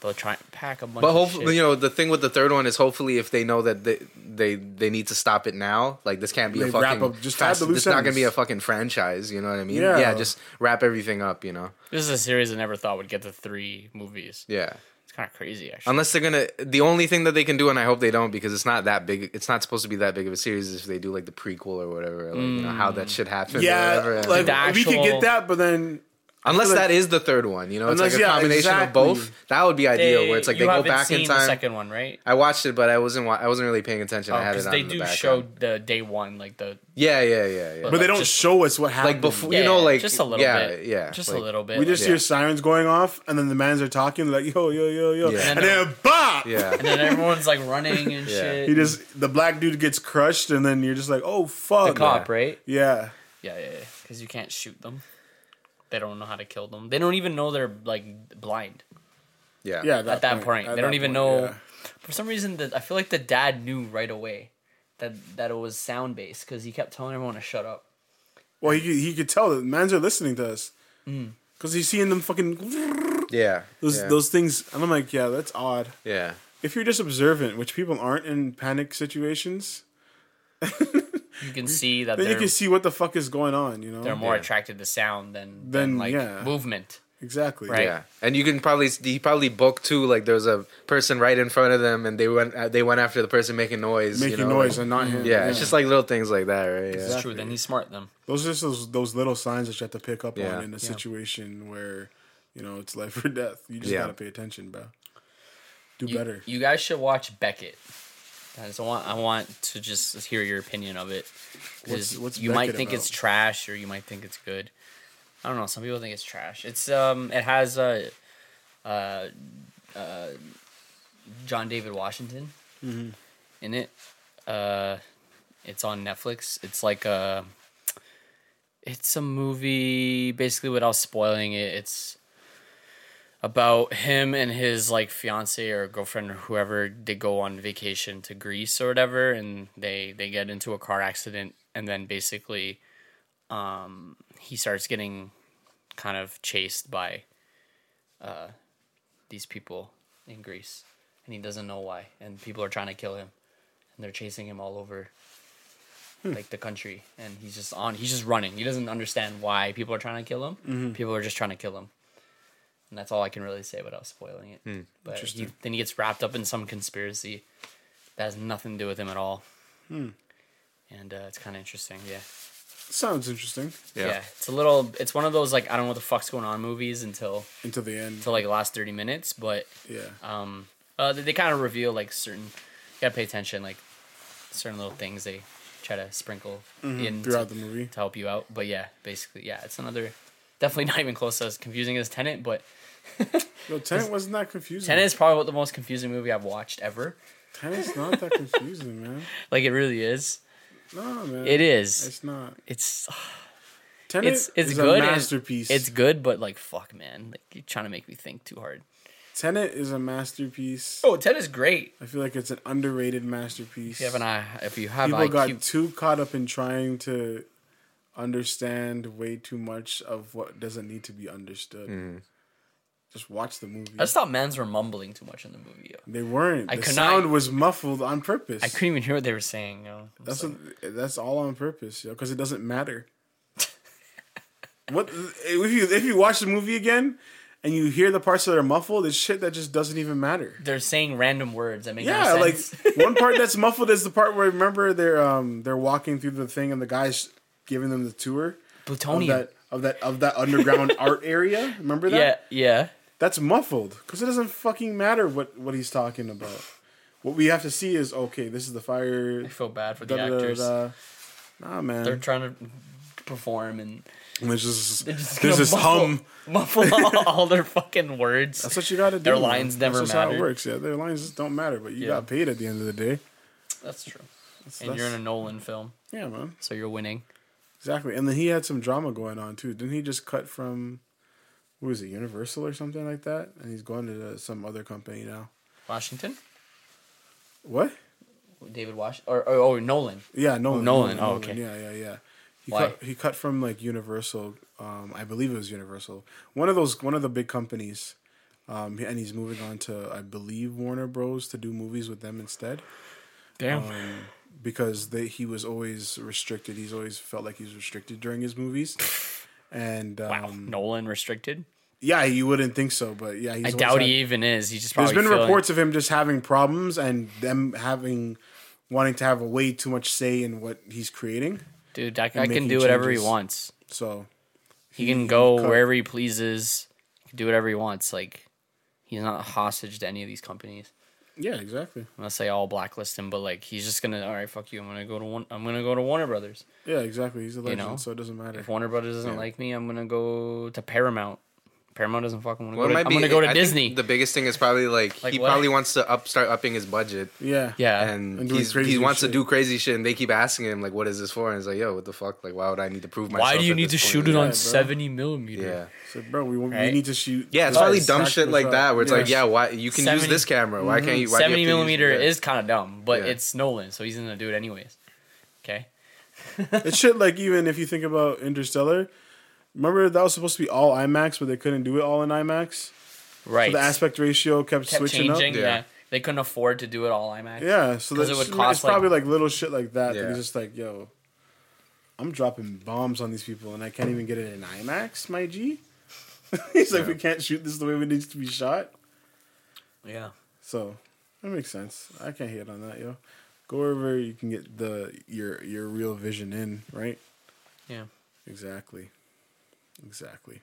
they'll try and pack a bunch.
But
of
hopefully,
shit.
you know, the thing with the third one is hopefully if they know that they they, they need to stop it now, like this can't be a
They
fucking
wrap up- just tie up
fast,
the
this
loose
is not gonna be
ends.
a fucking franchise. You know what I mean?
Yeah.
yeah, just wrap everything up. You know,
this is a series I never thought would get to three movies.
yeah.
It's kind of crazy, actually.
Unless they're gonna, the only thing that they can do, and I hope they don't, because it's not that big. It's not supposed to be that big of a series is if they do like the prequel or whatever, like, you know how that shit happened.
Mm. Yeah,
or whatever.
like
The
we could
actual-
get that, but then
unless
like-
that is the third one, you know, it's
Unless-
like a
yeah,
combination
exactly.
of both. That would be ideal, where it's like
you
they go
haven't
back in
seen The
time.
second one, right?
I watched it, but I wasn't. wa- I wasn't really paying attention. I had
Because
it on
they
in
do
the
show
background.
the day one, like the
Yeah, yeah, yeah, yeah.
But they
Like,
don't
just-
show us what happened.
like before,
yeah,
you know, like
just a little
yeah,
bit,
yeah,
just
like-
a little bit.
We just
like-
hear sirens going off, and then the mans are talking. They're like, yo, yo, yo, yo,
Yeah.
and
And then-
then bah.
and
yeah.
then everyone's like running and
Yeah.
shit.
He just the black dude gets crushed, and then you're just like, oh
the
fuck,
cop, right?
yeah.
Yeah, yeah, yeah. Because you can't shoot them. They don't know how to kill them. They don't even know they're like blind.
yeah,
yeah,
at that point.
At
they don't
that
even
point,
know.
yeah.
For some reason, the, I feel like the dad knew right away that that it was sound based because he kept telling everyone to shut up.
Well, he could- he could tell that the mans are listening to us
Mm.
because he's seeing them fucking
yeah,
those
yeah.
those things, and I'm like, yeah, that's odd.
yeah.
If you're just observant, which people aren't in panic situations,
You can see that
then
they're,
you can see what the fuck is going on. You know,
they're more
Yeah.
attracted to sound than than,
Then,
like
yeah.
movement.
exactly
Right.
Yeah, and you can probably he probably booked too. Like there's a person right in front of them, and they went uh, they went after the person making noise, you
making
know,
noise
like-
and not him.
yeah, it's just like little things like that, right? Yeah.
It's true. Then he's smart. Then
Those are just those, those little signs that you have to pick up
Yeah.
on in a situation where, you know, it's life or death. You just
Yeah.
gotta pay attention, bro. Do
you,
better.
You guys should watch Beckett. I just want I want to just hear your opinion of it because
What's- what's
you might
Beckett
think it's
about?
trash or you might think it's good. I don't know. Some people think it's trash. It's um it has uh uh, uh John David Washington
Mm-hmm.
in it. Uh, it's on Netflix. It's like a it's a movie basically without spoiling it. It's about him and his like fiance or girlfriend or whoever they go on vacation to Greece or whatever and they they get into a car accident and then basically um he starts getting kind of chased by uh these people in Greece and he doesn't know why and people are trying to kill him and they're chasing him all over like the country and he's just on he's just running he doesn't understand why people are trying to kill him people are just trying to kill him and that's all I can really say without spoiling it. But he,
Interesting.
then he gets wrapped up in some conspiracy that has nothing to do with him at all. And uh, it's kind of interesting, yeah.
Sounds interesting.
yeah. it's a little. It's one of those like I don't know what the fuck's going on movies until
Until the end.
until like the last thirty minutes, but
Yeah.
um, uh, they, they kind of reveal like certain. You gotta pay attention, like certain little things they try to sprinkle in
Mm-hmm. Throughout
to,
the movie.
to help you out. But yeah, basically, yeah, it's another. Definitely not even close to as confusing as Tenant, but
Mm. No, Tenet wasn't that confusing.
Tenet is probably the most confusing movie I've watched ever.
Tenet's not that confusing, man.
Like it really is.
No, man.
It is.
It's not.
It's
Tenet
it's it's
is
good.
a
and
masterpiece.
It's good, but like fuck, man, like you're trying to make me think too hard.
Tenet is a masterpiece.
Oh, Tenet's great.
I feel like it's an underrated masterpiece.
If you have an eye, if you have
People
IQ,
got too caught up in trying to understand way too much of what doesn't need to be understood.
Mm-hmm.
Just watch the movie.
I just thought mans were mumbling too much in the movie. yo.
they weren't.
I
the
could not-
sound was muffled on purpose.
I couldn't even hear what they were saying. yo. It was
That's
like-
a- that's all on purpose, yo, because it doesn't matter. what if you if you watch the movie again and you hear the parts that are muffled? It's shit that just doesn't even matter.
they're saying random words that make
Yeah,
no
like
sense.
one part that's muffled is the part where remember they're um they're walking through the thing and the guys giving them the tour of
plutonium.
oh, that of that of that underground art area. Remember that?
Yeah, yeah.
That's muffled because it doesn't fucking matter what what he's talking about. What we have to see is okay. This is the fire.
I feel bad for the
da, da, da,
actors.
da. Nah, man.
They're trying to perform and
And There's just,
they're just
there's
gonna
this
muffle,
hum.
muffle all, all their fucking words.
That's what you gotta do.
Their
man.
lines never
That's just how
matter.
it works. Yeah, their lines just don't matter, but you
Yeah.
got paid at the end of the day.
That's true.
That's-
And you're in a
that's-
Nolan film,
yeah, man,
so you're winning.
exactly. And then he had some drama going on too. Didn't he just cut from, what was it, Universal or something like that? And he's going to the, some other company now.
Washington,
What?
David Wash, or, or oh Nolan.
Yeah, Nolan.
Nolan. Oh, okay.
Yeah, yeah, yeah. He
Why?
cut he cut from like Universal. Um, I believe it was Universal, one of those, one of the big companies. Um, and he's moving on to, I believe, Warner Bros. to do movies with them instead.
Damn.
um, because they, he was always restricted. He's always felt like he's restricted during his movies. And um,
wow. Nolan restricted.
yeah, you wouldn't think so, but yeah, he's
I
always
doubt
had-
he even is. He's just
There's
probably
been
feeling-
reports of him just having problems and them having wanting to have a way too much say in what he's creating.
Dude, that guy can
making
do whatever
changes.
he wants.
So
He can go
cut.
wherever he pleases, do whatever he wants. Like he's not hostage to any of these companies.
yeah, exactly.
Unless they all blacklist him, but like he's just gonna all right, fuck you. I'm gonna go to one. I'm gonna go to Warner Brothers.
Yeah, exactly. He's a legend,
know,
so it doesn't matter.
If Warner Brothers doesn't like me, I'm gonna go to Paramount. Paramount doesn't fucking want
Well,
to go.
it might
To, I'm
be-
gonna go to
I think
Disney.
The biggest thing is probably like,
Like
he
what?
probably wants to up start upping his budget.
Yeah,
yeah,
And,
And doing
he's,
crazy
he wants
shit.
to do crazy shit, and they keep asking him like, "What is this for?" And he's like, "Yo, what the fuck? Like, why would I need to prove myself?"
Why do you
at
need to
this point?"
shoot it
Yeah,
on
bro.
70 millimeter?
Yeah,
So bro, we, we
Right.
need to shoot.
yeah, it's
this
probably
as
dumb
accurate
shit
as
like that, where it's like,
Yeah.
"Yeah, why you can use
70
this camera? Why can't you?" Why do you have to
70
use-
millimeter
yeah.
is kind of dumb, but
Yeah.
it's Nolan, so he's gonna do it anyways. Okay.
It's shit like even if you think about Interstellar, remember that was supposed to be all IMAX, but they couldn't do it all in IMAX.
Right.
So the aspect ratio kept,
kept
switching
changing.
up.
Yeah.
Yeah.
They couldn't afford to do it all IMAX.
Yeah, so
'Cause it
that's
would
it's
cost, like-
probably like little shit like that.
Yeah.
That he's just like, yo, I'm dropping bombs on these people, and I can't even get it in IMAX, my G. he's like,
Yeah.
we can't shoot this the way it needs to be shot.
Yeah.
So that makes sense. I can't hate on that, yo. Go wherever you can get the your your real vision in, right?
Yeah.
Exactly. Exactly.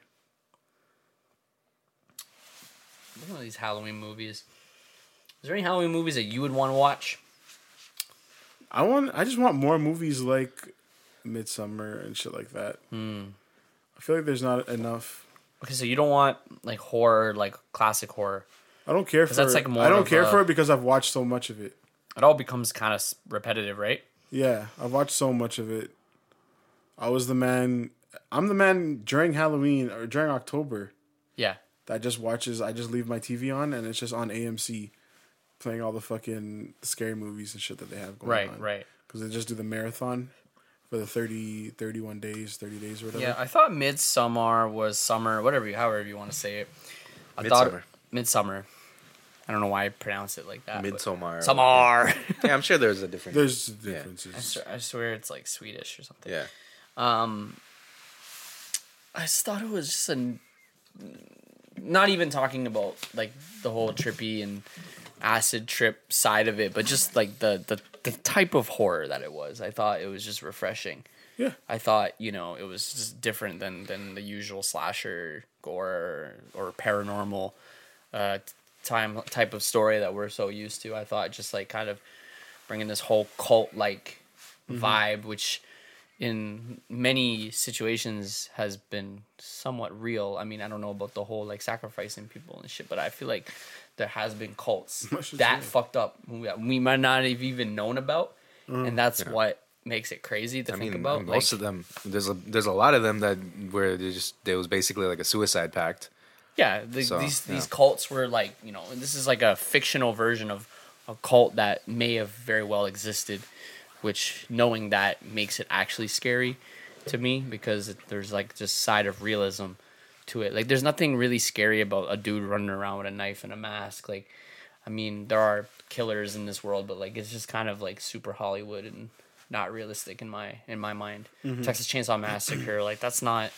Look at all these Halloween movies. Is there any Halloween movies that you would want to watch?
I want. I just want more movies like Midsummer and shit like that.
Hmm.
I feel like there's not enough.
Okay, so you don't want like horror, like classic horror.
I don't care for.
that's, like, more
I don't
of
care
a-
for it because I've watched so much of it.
It all becomes kind of repetitive, right?
Yeah, I've watched so much of it. I was the man. I'm the man during Halloween or during October
Yeah.
that just watches. I just leave my TV on and it's just on AMC, playing all the fucking scary movies and shit that they have going
Right,
on.
right.
Because they just do the marathon for the 30, 31 days, thirty days or whatever.
Yeah, I thought Midsummer was summer, whatever you however you want to say it. I thought
Midsummer.
Midsummer. I don't know why I pronounce it like that. but-
Midsommar.
Summer.
Yeah, I'm sure there's a different.
There's differences.
I swear- I swear it's like Swedish or something.
yeah.
Um, I just thought it was just a not even talking about like the whole trippy and acid trip side of it, but just like the the, the type of horror that it was. I thought it was just refreshing.
Yeah.
I thought you know it was just different than than the usual slasher gore or paranormal uh, t- time type of story that we're so used to. I thought just like kind of bringing this whole cult like vibe, which in many situations has been somewhat real. I mean, I don't know about the whole like sacrificing people and shit, but I feel like there has been cults
Much as
that
well.
fucked up we- we might not have even known about, and that's what makes it crazy to
I
think
mean,
about.
most
like,
of them. There's a there's a lot of them that where they just there was basically like a suicide pact.
Yeah, the,
So,
these these
yeah.
cults were like you know and this is like a fictional version of a cult that may have very well existed, which knowing that makes it actually scary to me because it, there's like just side of realism to it. Like there's nothing really scary about a dude running around with a knife and a mask. Like, I mean there are killers in this world, but like it's just kind of like super Hollywood and not realistic in my in my mind.
Mm-hmm.
Texas Chainsaw Massacre, like that's not.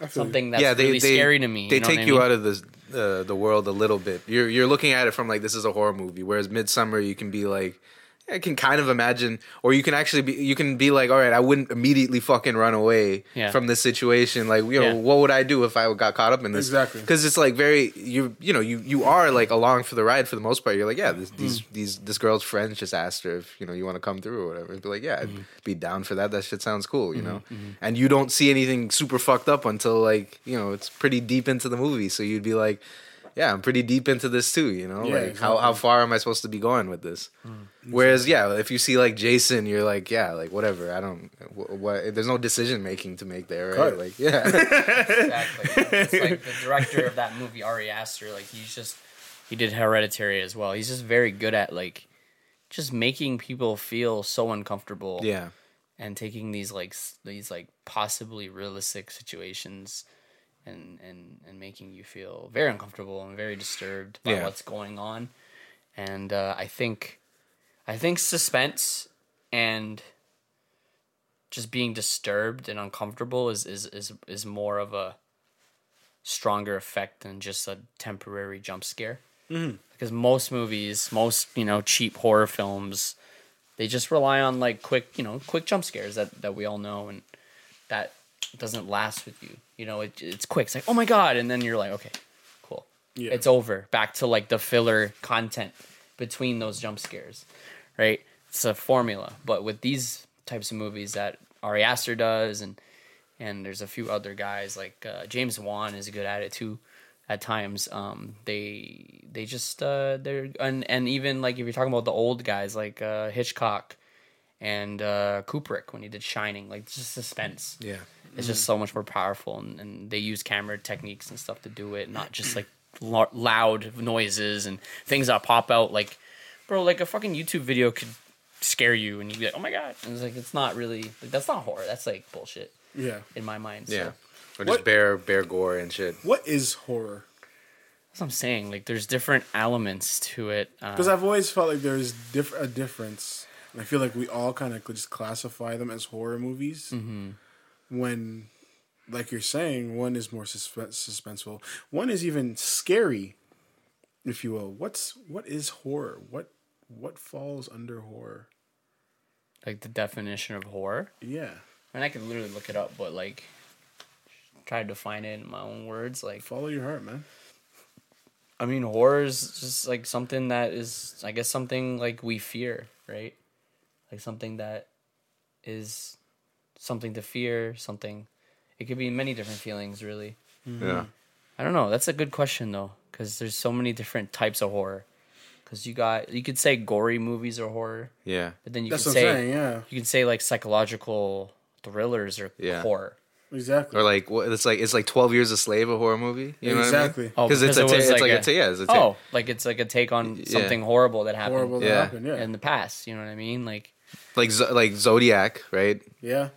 I feel you.
Something that's
yeah, they,
really
they
scary to me.
They
know
take
what I
you
mean?
out of the uh, the world a little bit. You're you're looking at it from like this is a horror movie, whereas Midsummer you can be like. I can kind of imagine, or you can actually be, you can be like, all right, I wouldn't immediately fucking run away
Yeah.
from this situation. Like, you
Yeah.
know, what would I do if I got caught up in this?
Exactly.
Because it's like very, you, you know, you, you are like along for the ride for the most part. You're like, yeah, this, these, these, this girl's friends just asked her if, you know, you want to come through or whatever. And be like, yeah, I'd be down for that. That shit sounds cool, you know? And you don't see anything super fucked up until like, you know, it's pretty deep into the movie. So you'd be like, yeah, I'm pretty deep into this too, you know?
Yeah,
like, how, how far am I supposed to be going with this? Whereas, yeah, if you see like Jason, you're like, yeah, like whatever. I don't, wh- what, there's no decision making to make there, right?
Cut.
Like, yeah.
Exactly. It's like the director of that movie, Ari Aster, like he's just he did Hereditary as well. He's just very good at like just making people feel so uncomfortable.
yeah.
And taking these like s- these like possibly realistic situations and and and making you feel very uncomfortable and very disturbed by
Yeah.
what's going on. And uh, I think I think suspense and just being disturbed and uncomfortable is is is, is more of a stronger effect than just a temporary jump scare. Because most movies, most you know, cheap horror films, they just rely on like quick, you know, quick jump scares that that we all know, and that doesn't last with you. You know, it, it's quick. It's like oh my god, and then you're like, okay, cool,
Yeah.
it's over. Back to like the filler content between those jump scares, right? It's a formula, but with these types of movies that Ari Aster does, and and there's a few other guys like uh, James Wan is good at it too. At times, um, they they just uh, they're and and even like if you're talking about the old guys like uh, Hitchcock and uh, Kubrick when he did Shining, like just suspense.
Yeah.
It's just so much more powerful, and, and they use camera techniques and stuff to do it, not just like lo- loud noises and things that pop out. Like, bro, like a fucking YouTube video could scare you, and you'd be like, "Oh my god!" And it's like it's not really like that's not horror. That's like bullshit
Yeah.
in my mind. So.
Yeah. Or
What-
just bare bare gore and shit.
What is horror?
That's what I'm saying. Like, there's different elements to it.
Because
Uh,
I've always felt like there's diff- a difference, and I feel like we all kind of could just classify them as horror movies.
Mm-hmm.
When, like you're saying, one is more suspen- suspenseful, one is even scary, if you will. What's what is horror? What what falls under horror?
like the definition of horror.
Yeah,
I mean, I could literally look it up, but like, try to define it in my own words. Like,
follow your heart, man.
I mean, horror is just like something that is, I guess, something like we fear, right? Like something that is something to fear, something. It could be many different feelings, really. Mm-hmm.
Yeah.
I don't know. That's a good question though, because there's so many different types of horror. Because you got, you could say gory movies are horror,
Yeah.
but then you
That's
could
what I'm
say
saying, yeah.
you can say like psychological thrillers are
Yeah.
horror.
Exactly.
Or like what it's like it's like Twelve Years a Slave, a horror movie. You know
Exactly.
What I mean? Oh, Because it's a
Oh, it
ta-
was
it's like a ta- yeah, it's a ta-
oh, like it's like a take on something horrible that happened
Horrible
Yeah.
that happened. Yeah,
in the past. You know what I mean? Like
like Z- like Zodiac, right?
yeah.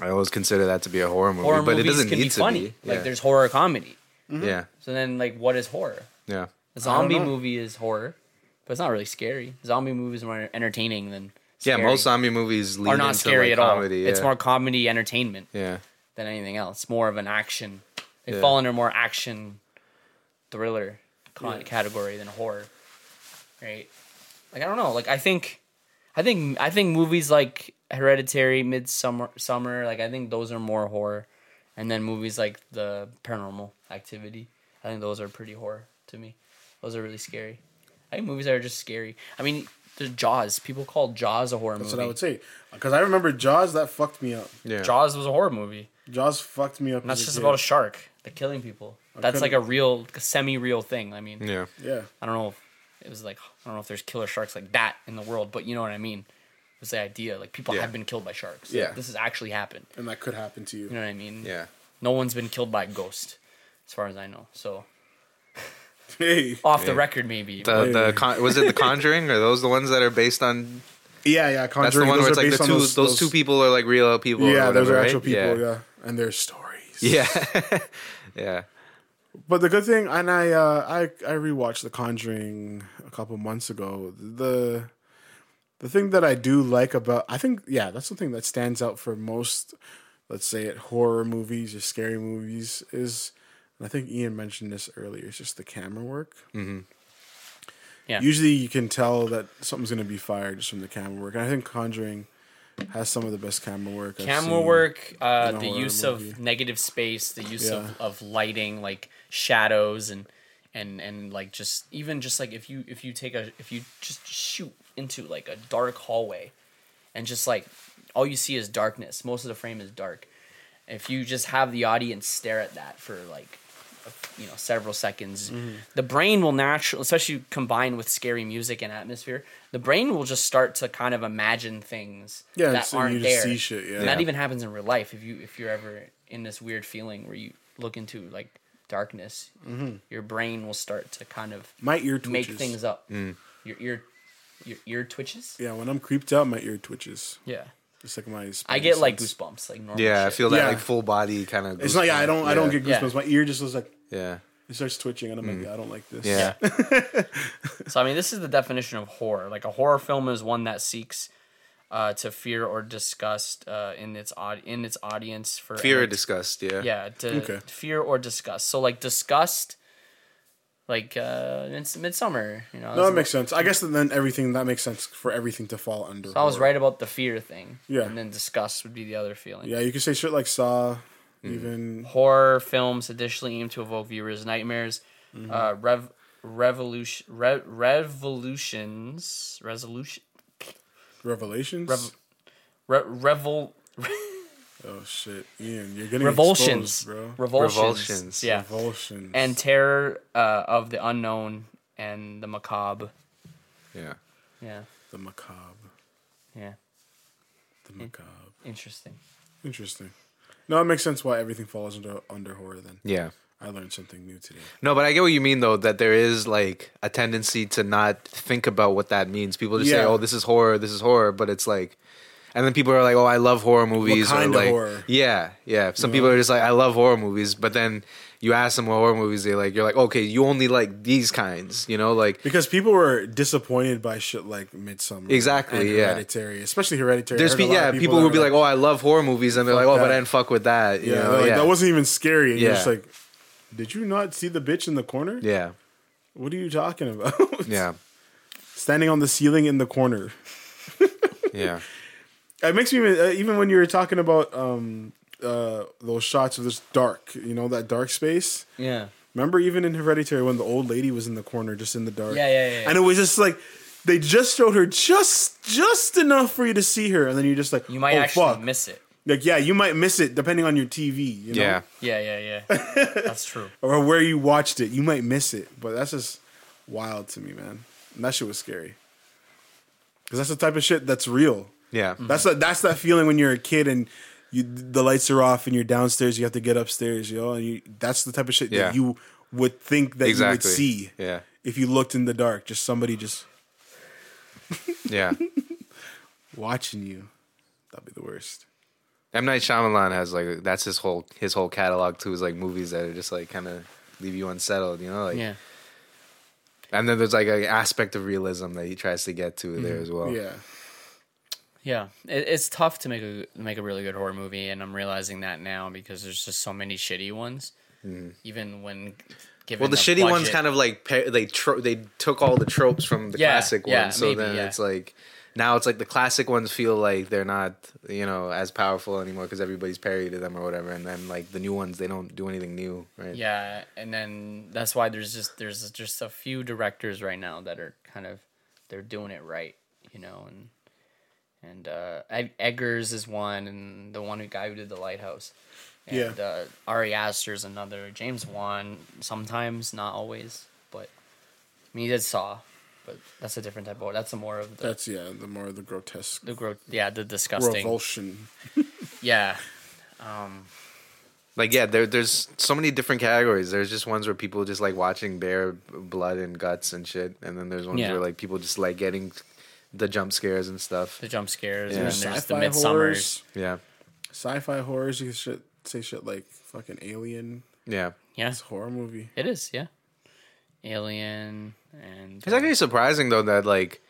I always consider that to be a horror movie,
horror
but it
movies
doesn't
can
need
be
to
funny.
be.
Like
yeah.
there's horror comedy.
yeah,
So then, like, what is horror?
yeah,
A zombie
know.
movie is horror, but it's not really scary. Zombie movies are more entertaining than
yeah.
scary.
Most zombie movies lead
are not
into,
scary
like,
at all.
comedy,
It's
yeah.
more comedy entertainment
yeah,
than anything else. More of an action. They
Yeah.
fall under more action thriller con-
Yeah.
category than horror, right? Like I don't know. Like I think, I think I think movies like Hereditary, Midsummer, Summer, like I think those are more horror, and then movies like the Paranormal Activity, I think those are pretty horror to me. Those are really scary. I think movies that are just scary. I mean, the Jaws. People call Jaws a horror
That's
movie.
what I would say. Because I remember Jaws that fucked me up.
Yeah.
Jaws was a horror movie.
Jaws fucked me up.
And that's
as
just
a kid.
about a shark. They're killing people. That's like a
couldn't-
real, semi real thing. I mean,
yeah.
yeah.
I don't know if it was like, I don't know if there's killer sharks like that in the world, but you know what I mean? It was the idea. Like, people
Yeah.
have been killed by sharks.
Yeah.
This has actually happened.
And that could happen to
You
you.
know what I mean?
Yeah.
No one's been killed by a ghost, as far as I know. So,
Hey.
off the
Yeah.
record, maybe.
The
Yeah.
the con- was it the Conjuring? Are those the ones that are based on?
Yeah, yeah.
That's the
Conjuring.
one
those
where it's
are
like the
based
two
on
those, two people are like real people. or
Yeah, those
whatever,
are
right?
actual people. Yeah. and their stories.
Yeah. Yeah. yeah.
But the good thing, and I, uh, I, I rewatched The Conjuring a couple months ago. The, the thing that I do like about, I think, yeah, that's something that stands out for most, let's say, it horror movies or scary movies is, and I think Ian mentioned this earlier. It's just the camera work.
yeah.
Usually, you can tell that something's going to be fired just from the camera work. And I think Conjuring has some of the best camera work. I've
camera
seen.
work uh,
in a
the
horror
use of
movie.
negative space the use
Yeah.
of, of lighting like shadows and and and like just even just like if you if you take a if you just shoot into like a dark hallway and just like all you see is darkness most of the frame is dark if you just have the audience stare at that for like you know several seconds
Mm-hmm.
the brain will naturally especially combined with scary music and atmosphere the brain will just start to kind of imagine things
Yeah,
that
so you
aren't
just
there
see shit, yeah.
And that
Yeah.
even happens in real life if you if you're ever in this weird feeling where you look into like darkness your brain will start to kind of
My ear Mm-hmm. twitches.
make things up
Mm.
your ear your ear twitches
Yeah, when I'm creeped out, my ear twitches.
yeah
It's like my.
i get like
sense.
goosebumps like normal
Yeah, I
shit.
feel that
Yeah.
like full body kind of.
It's like I don't, I don't get
Yeah.
goosebumps. My ear just was like
Yeah.
it starts twitching, and I'm like, yeah, I don't like this.
Yeah.
So I mean, this is the definition of horror. Like a horror film is one that seeks uh, to fear or disgust uh, in its aud- in its audience for
Fear or
enter-
disgust. Yeah.
Yeah, to
Okay.
fear or disgust. So like disgust, like uh, it's midsummer. You know,
No,
that's-
that makes sense. I guess that then everything that makes sense for everything to fall under.
I was
horror.
right about the fear thing.
Yeah.
and then disgust would be the other feeling.
Yeah, you could say shit like Saw, even
Horror films additionally aim to evoke viewers' nightmares,
Mm-hmm.
uh, rev, revolution, re- revolutions, resolution,
Revelations.
Rev- re- revol,
oh shit, Ian, you're getting
revulsions,
exposed, bro.
revulsions,
Revulsions.
yeah,
Revulsions.
and terror uh, of the unknown and the macabre.
Yeah.
Yeah,
the macabre,
yeah, Mm.
the macabre.
interesting.
Interesting. No, it makes sense why everything falls under under horror. Then
Yeah.
I learned something new today.
No, but I get what you mean though. That there is like a tendency to not think about what that means. People just say,
Yeah.
"Oh, this is horror. This is horror," but it's like, and then people are like, "Oh, I love horror movies."
kind of
or like,
horror?
Yeah, yeah. Some people are just like, "I love horror movies," but then you ask them what horror movies they like. You're like, "Okay, you only like these kinds," you know, like.
Because people were disappointed by shit like Midsummer,
Exactly,
and
yeah.
Hereditary, especially Hereditary. I
There's
heard
pe-
a lot
yeah,
of
people, will
that
be
were
like, "Oh, I love horror movies," and they're like, "Oh, but
that."
I didn't fuck with that." You
yeah,
know,
they're like,
yeah.
that wasn't even scary." And you're
Yeah.
just like, "Did you not see the bitch in the corner?
yeah,
What are you talking about?
yeah,
standing on the ceiling in the corner."
yeah,
It makes me uh, even when you were talking about um, uh, those shots of this dark, you know, that dark space.
Yeah,
Remember, even in Hereditary, when the old lady was in the corner, just in the dark.
Yeah, yeah, yeah, yeah.
And it was just like they just showed her just just enough for you to see her, and then you're just like,
you might
oh,
actually
fuck.
miss it.
Like, yeah, you might miss it depending on your TV, you know,
yeah.
Yeah, yeah, yeah. That's true.
or where you watched it. You might miss it, but that's just wild to me, man. And that shit was scary. Because that's the type of shit that's real.
yeah.
That's that. That's that feeling when you're a kid and you the lights are off and you're downstairs. You have to get upstairs, yo. And you, that's the type of shit
Yeah.
that you would think that you would
Exactly.
see
Yeah.
if you looked in the dark. Just somebody just
yeah.
watching you. That'd be the worst.
M Night Shyamalan has like that's his whole his whole catalog too is like movies that are just like kind of leave you unsettled, you know. Like,
Yeah,
And then there's like an aspect of realism that he tries to get to there as
Oh.
well.
Mm-hmm. Yeah.
yeah. It, it's tough to make a make a really good horror
Mm-hmm.
movie, and I'm realizing that now because there's just so many shitty ones. Even when given
Well, the shitty one's
budget.
kind of like pa- they tro- they took all the tropes from the
Yeah,
classic
yeah,
ones, so
maybe,
then
yeah.
it's like now it's like the classic ones feel like they're not you know as powerful anymore because everybody's parried to them or whatever, and then like the new ones they don't do anything new, right?
Yeah, and then that's why there's just there's just a few directors right now that are kind of they're doing it right, you know, and and uh Ed- Eggers is one and the one who guy who did the lighthouse. And
Yeah.
uh Ari Aster's another, James Wan sometimes, not always, but I mean he did Saw, but that's a different type of that's a more of the
That's yeah, the more the grotesque
the gro- yeah, the disgusting.
revulsion.
Yeah.
Like yeah, there there's so many different categories. There's just ones where people just like watching bare blood and guts and shit, and then there's ones
Yeah.
where like people just like getting the jump scares and stuff.
The jump scares
Yeah.
and then there's the
Sci-fi
midsummers.
horrors,
Yeah,
sci-fi horrors. You can shit, say shit like fucking Alien.
yeah.
Yeah.
It's a horror movie.
It is, yeah. Alien and
It's actually surprising though that like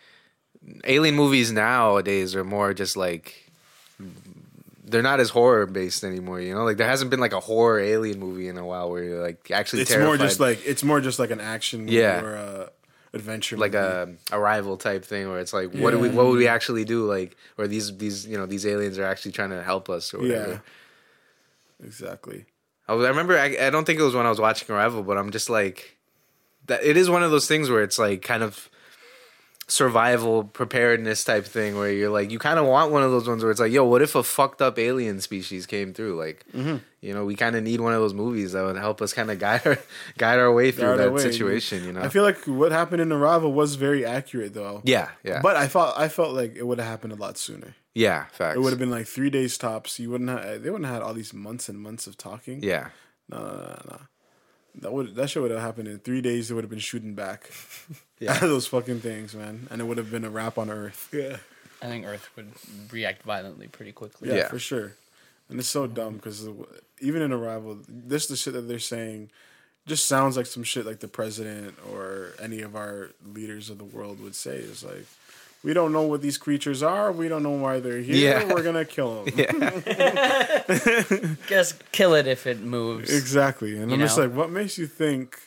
alien movies nowadays are more just like they're not as horror based anymore. You know, like there hasn't been like a horror alien movie in a while where you're like actually
It's
terrified.
more just like it's more just like an action movie
Yeah.
or a adventure
like
movie.
a arrival type thing where it's like what do we what would we actually do like or these these you know these aliens are actually trying to help us or whatever.
yeah. Exactly.
I, was- I remember. I, I don't think it was when I was watching Arrival, but I'm just like, that. It is one of those things where it's like kind of survival preparedness type thing where you're like, you kind of want one of those ones where it's like, yo, what if a fucked up alien species came through? Like, you know, we kind of need one of those movies that would help us kind of guide our guide our way through
Right
that
away.
situation. You know?
I feel like what happened in Arrival was very accurate though.
yeah, yeah,
But I thought I felt like it would have happened a lot sooner.
yeah. Facts.
It would have been like three days tops. You wouldn't have. They wouldn't have had all these months and months of talking.
yeah.
No, no, no, no. That would that shit would have happened in three days. They would have been shooting back.
Yeah.
those fucking things, man. And it would have been a wrap on Earth. Yeah.
I think Earth would react violently pretty quickly.
Yeah,
Yeah.
for sure. And it's so dumb because even in Arrival, this the shit that they're saying just sounds like some shit like the president or any of our leaders of the world would say. It's like, we don't know what these creatures are. We don't know why they're here.
Yeah.
We're gonna kill them.
Just kill it if it moves.
Exactly. And I'm just
know?
like, what makes you think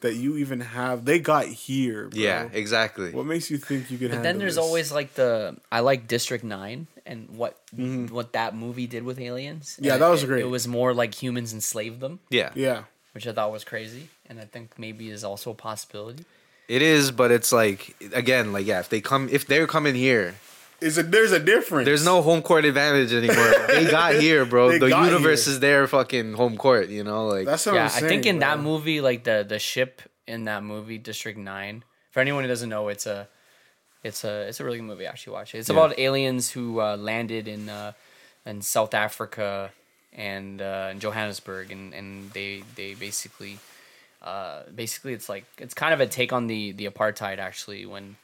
that you even have? They got here. Bro.
Yeah, exactly.
What makes you think you can?
But then there's always like the I like District Nine and what what that movie did with aliens.
Mm-hmm. Yeah,
And
that was
it-
great.
It was more like humans enslaved them,
Yeah,
yeah.
which I thought was crazy, and I think maybe is also a possibility.
It is, but it's like again, like yeah. If they come, if they're coming here,
Is it? There's a difference.
There's no home court advantage anymore. they got here, bro.
They
the
got
universe
here.
is their fucking home court. You know, like
That's what
yeah,
I'm saying.
I think in that
bro.
movie, like the the ship in that movie, District Nine. For anyone who doesn't know, it's a it's a it's a really good movie. Actually, watch it. It's about aliens who uh, landed in uh, in South Africa and uh, in Johannesburg, and and they they basically uh, basically it's like it's kind of a take on the the apartheid actually when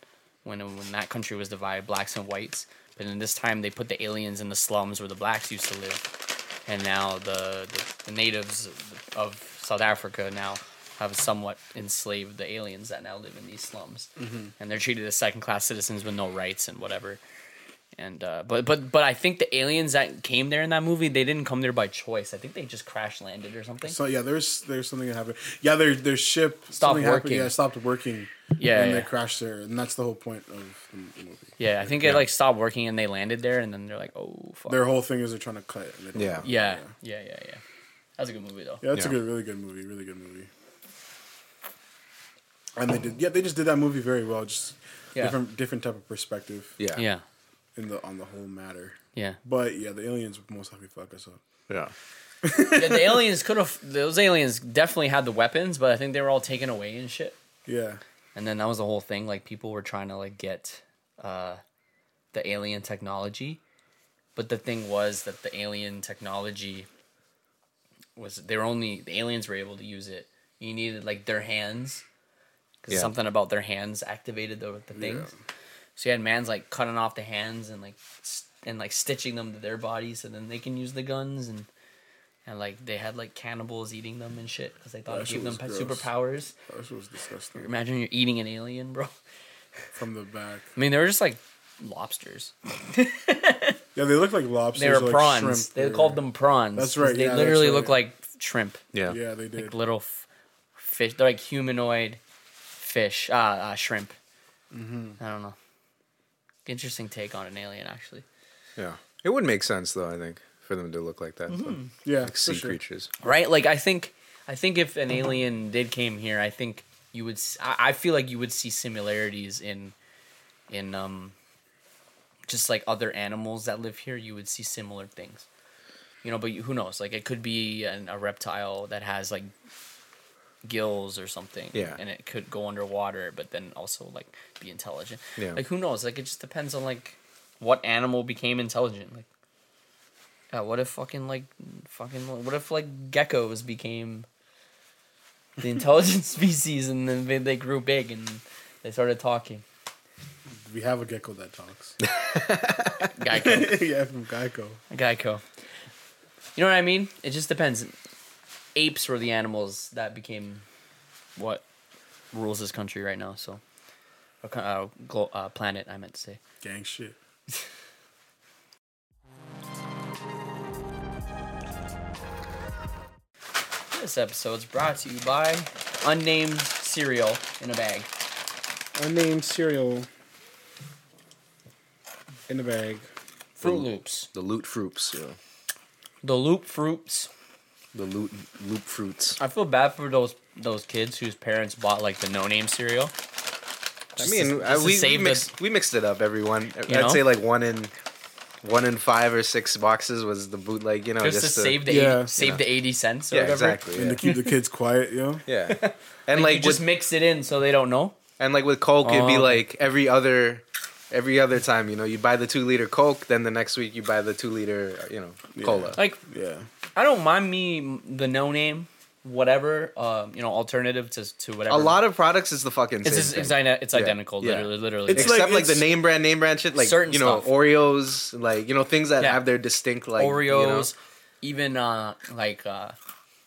when when that country was divided, blacks and whites. But in this time, they put the aliens in the slums where the blacks used to live, and now the the, the natives of South Africa now have somewhat enslaved the aliens that now live in these slums,
Mm-hmm.
and they're treated as second class citizens with no rights and whatever. And uh, but but but I think the aliens that came there in that movie they didn't come there by choice. I think they just crash landed or something.
So yeah, there's there's something that happened. Yeah, their their ship
Stopped
something happened.
working.
Yeah, it stopped working.
Yeah,
and
yeah.
they crashed there, and that's the whole point of the movie.
yeah, I think it like stopped working and they landed there, and then they're like, oh fuck.
Their whole thing is they're trying to cut. It and they don't-
Yeah.
yeah, yeah, yeah, yeah. That's a good movie though.
yeah, that's
Yeah.
a good, really good movie. Really good movie. And they did. Yeah, they just did that movie very well. Just
Yeah.
different different type of perspective.
yeah,
Yeah,
in the on the whole matter.
yeah.
But yeah, the aliens would most likely fuck us up.
yeah.
Yeah, the aliens could have. Those aliens definitely had the weapons, but I think they were all taken away and shit.
Yeah,
And then that was the whole thing. Like people were trying to like get uh, the alien technology, but the thing was that the alien technology was they were only the aliens were able to use it. You needed like their hands because
Yeah.
something about their hands activated the, the things. So you had man's like cutting off the hands and like s- and like stitching them to their bodies, and then they can use the guns and and like they had like cannibals eating them and shit because they thought
That
it
shit
gave them
was
pe-
gross.
superpowers.
that shit was disgusting
Imagine you're eating an alien, bro.
from the back.
I mean, they were just like lobsters.
Yeah, they look like lobsters.
They were
or, like
prawns.
shrimp
they
or-
called them prawns.
That's right,
They
yeah, that's
literally
right.
look like shrimp,
yeah,
Yeah, they did.
like little f- fish. They're like humanoid fish, uh, uh shrimp. Mm-hmm. I don't know. Interesting take on an alien, actually.
Yeah, it would make sense though. I think for them to look like that, but,
Yeah,
like sea
for sure.
creatures.
right? Like I think I think if an alien did came here, I think you would. s- I I feel like you would see similarities in in um just like other animals that live here. You would see similar things, you know. But you, who knows? Like it could be an, a reptile that has like gills or something
Yeah.
and it could go underwater but then also like be intelligent
Yeah.
like who knows like it just depends on like what animal became intelligent like yeah, what if fucking like fucking what if like geckos became the intelligent species and then they, they grew big and they started talking?
We have a gecko that talks.
Geico.
yeah, from Geico.
Geico. You know what I mean? It just depends. Apes were the animals that became what rules this country right now, so or co- uh, glo- uh, planet I meant to say.
Gang shit.
This episode's brought to you by unnamed cereal in a bag.
Unnamed cereal in the bag.
Fruit Loops.
The loot fruits. Yeah.
The Loop Fruits.
The loot loop fruits.
I feel bad for those those kids whose parents bought like the no name cereal.
I
Just
mean,
to-
I-
just to
we, we
save
mixed we mixed it up. Everyone, I'd
know?
say like one in one in five or six boxes was the bootleg. You know,
the,
Oh, just,
just to
the-
save the
yeah.
80, save the eighty cents or
Yeah,
whatever.
exactly.
And
Yeah,
to keep the kids quiet, yo.
yeah.
Like,
and like
you just
with-
mix it in so they don't know.
And like with Coke, it'd be
Oh.
like every other every other time, you know, you buy the two liter Coke, then the next week you buy the two liter, you know, cola.
Like
Yeah.
I don't mind me the no name, whatever. Um, you know, alternative to to whatever.
a lot of products is the fucking
It's
same
just,
thing.
it's, ina- it's identical.
Yeah.
Literally, literally.
It's
Except
like-
like,
it's-
the name brand, name brand shit, like
Certain
you know
stuff.
Oreos, like you know things that
Yeah.
have their distinct like
Oreos, even uh like uh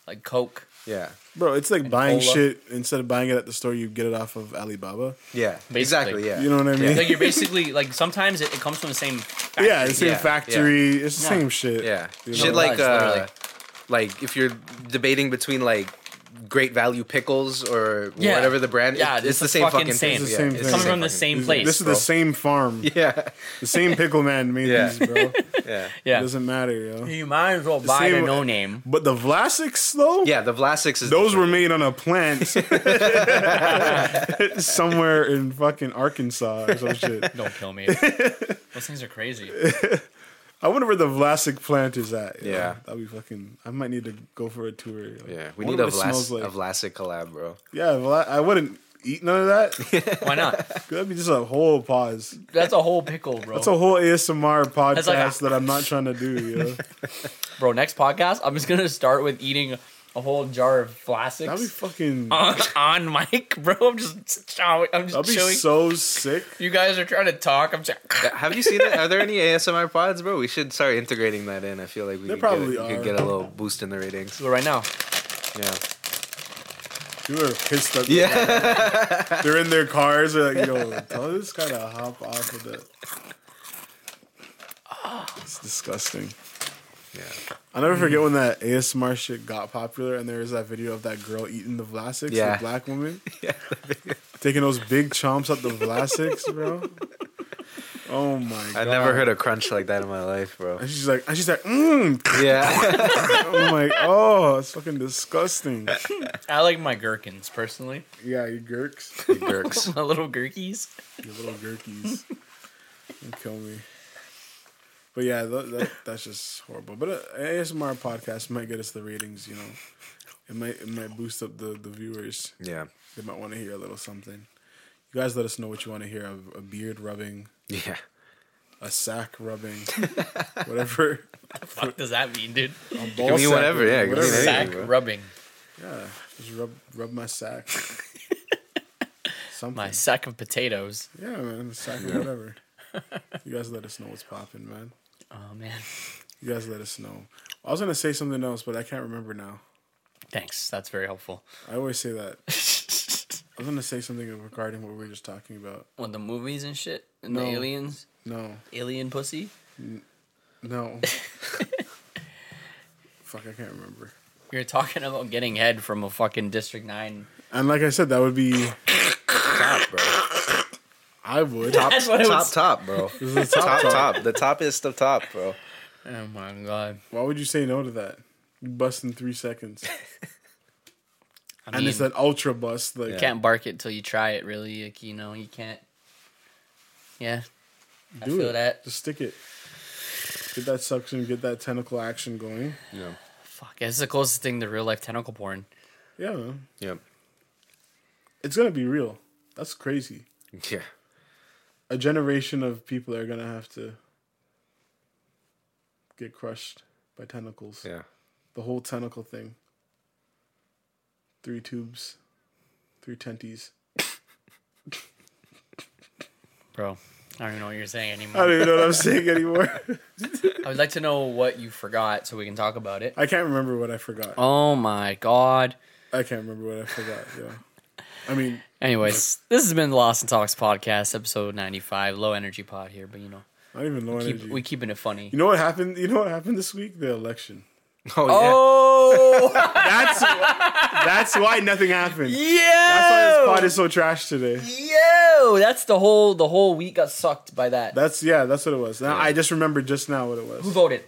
like Coke.
You know, yeah,
Bro, it's like buying
cola.
shit instead of buying it at the store, you get it off of Alibaba.
yeah, exactly, yeah.
You know what I mean?
Like you're basically like sometimes it, it comes from the same. Factory.
yeah, it's the same
Yeah,
factory. It's the
Yeah.
same shit.
Yeah.
You
Shit
know?
like
Nice,
uh
literally.
like if you're debating between like great value pickles or
Yeah.
whatever the brand
Yeah,
it's,
it's
the
the
same
fucking
fucking
same.
thing.
It's the
yeah,
same
it's
thing.
Coming from the
fucking-
same
This-
place.
This is
bro.
the same farm.
Yeah.
The same pickle man made
Yeah.
these, bro.
Yeah.
Yeah.
doesn't matter, yo.
You might as well buy the
same-
no name.
But the Vlasics, though?
Yeah, the Vlasics is
Those
different.
were made on a plant somewhere in fucking Arkansas or some shit.
Don't kill me. Those things are crazy.
I wonder where the Vlasic plant is at. yo.
Yeah.
that'd be fucking. I might need to go for a tour. yo.
Yeah, we
Wonder
need
what it
a, Vlas-
smells like.
a Vlasic collab, bro.
yeah, Vla- I wouldn't eat none of that.
Why not?
That'd be just a whole pause.
That's a whole pickle, bro.
It's a whole ASMR podcast
like a-
that I'm not trying to do. Yo.
bro, next podcast, I'm just gonna start with eating a whole jar of
That'd be
plastics
fucking.
on, on mic, bro. I'm just chowing. I'm
That'd
just
be
chewing.
so sick.
you guys are trying to talk. I'm just.
Have you seen that? Are there any ASMR pods, bro? We should start integrating that in. I feel like we
There
could,
probably
get a, we
are.
could get a little boost in the ratings.
So right now,
Yeah,
You were pissed up.
yeah.
They're in their cars. They're like, yo, tell this guy to hop off of that. It's disgusting.
yeah.
I'll never forget when that ASMR shit got popular and there was that video of that girl eating the Vlasics,
Yeah.
the black woman. Taking those big chomps at the Vlasics, bro. Oh my god.
I never heard a crunch like that in my life, bro.
And she's like, and she's like, mmm.
Yeah,
I'm like, oh, it's fucking disgusting.
I like my gherkins personally.
Yeah, you gurks.
Gurks.
My little gherkies.
Your little gherkies. you kill me. But yeah, that, that, that's just horrible. But uh, ASMR podcast might get us the ratings, you know. It might it might boost up the, the viewers.
Yeah,
They might want to hear a little something. You guys let us know what you want to hear of a beard rubbing,
yeah.
a sack rubbing, whatever.
Fuck does that mean, dude?
A ball
me
sack
whatever,
rubbing,
yeah, give me
whatever.
anything.
Sack
bro.
rubbing.
Yeah, just rub rub my sack. Something.
My sack of potatoes.
Yeah, man, sack or whatever. You guys let us know what's popping, man.
Oh man.
You guys let us know. I was gonna say something else, but I can't remember now.
Thanks. That's very helpful.
I always say that. I was gonna say something regarding what we were just talking about.
With the movies and shit and
No.
the aliens,
No,
alien pussy.
no. Fuck, I can't remember.
We were talking about getting head from a fucking District Nine.
And like I said, that would be
top, bro.
I would.
Top,
That's what it
top,
was.
top, bro.
is the
top, top. The toppest of top, bro.
Oh my god!
Why would you say no to that? You bust in three seconds,
I
and
mean,
it's that ultra bust. Like
you can't bark it till you try it. Really, like, you know, you can't. Yeah, I
do
feel
it.
that.
Just stick it. Get that suction. Get that tentacle action going.
Yeah.
Fuck, it's the closest thing to real life tentacle porn.
Yeah, man.
Yep.
it's gonna be real. That's crazy.
Yeah.
A generation of people are gonna have to get crushed by tentacles.
Yeah.
The whole tentacle thing. Three tubes, three tenties.
Bro, I don't even know what you're saying
I
anymore.
don't even know what I'm saying anymore.
I would like to know what you forgot so we can talk about it.
I can't remember what I forgot.
Oh my god.
I can't remember what I forgot. Yeah. I mean,
Anyways, this has been Lost and Talks podcast, episode 95, low energy pod here, but you know,
not even low energy.
keep, we keeping it funny.
you know what happened? You know what happened this week? The election.
Oh,
Oh,
That's that's why nothing happened.
yo,
That's why this pod is so trash today.
yo, that's the whole the whole week got sucked by that.
That's yeah, that's what it was. Now I just remembered just now what it
Who
was.
voted?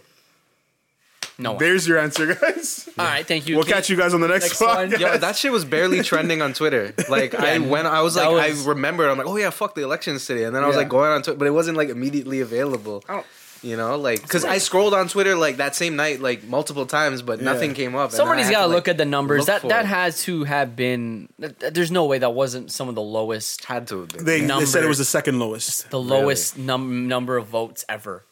No. one.
There's your answer, guys.
All right, thank Uh, you.
We'll catch you guys on the next,
Next one.
one.
Yo,
Yo, that shit was barely trending on Twitter. Like I when I was
that
like
was-
I remembered I'm like oh yeah fuck the elections today and then I was
Yeah.
like going on Twitter but it wasn't like immediately available.
I don't-
You know like because I scrolled on Twitter like that same night like multiple times but nothing came up. and then I
Somebody's
had
got to
like,
look at the numbers.
look
That
for
that
it.
has to have been. th- th- There's no way that wasn't some of the lowest,
had to have been.
They, they
Numbers.
said it was the second lowest.
the lowest num- number of votes ever.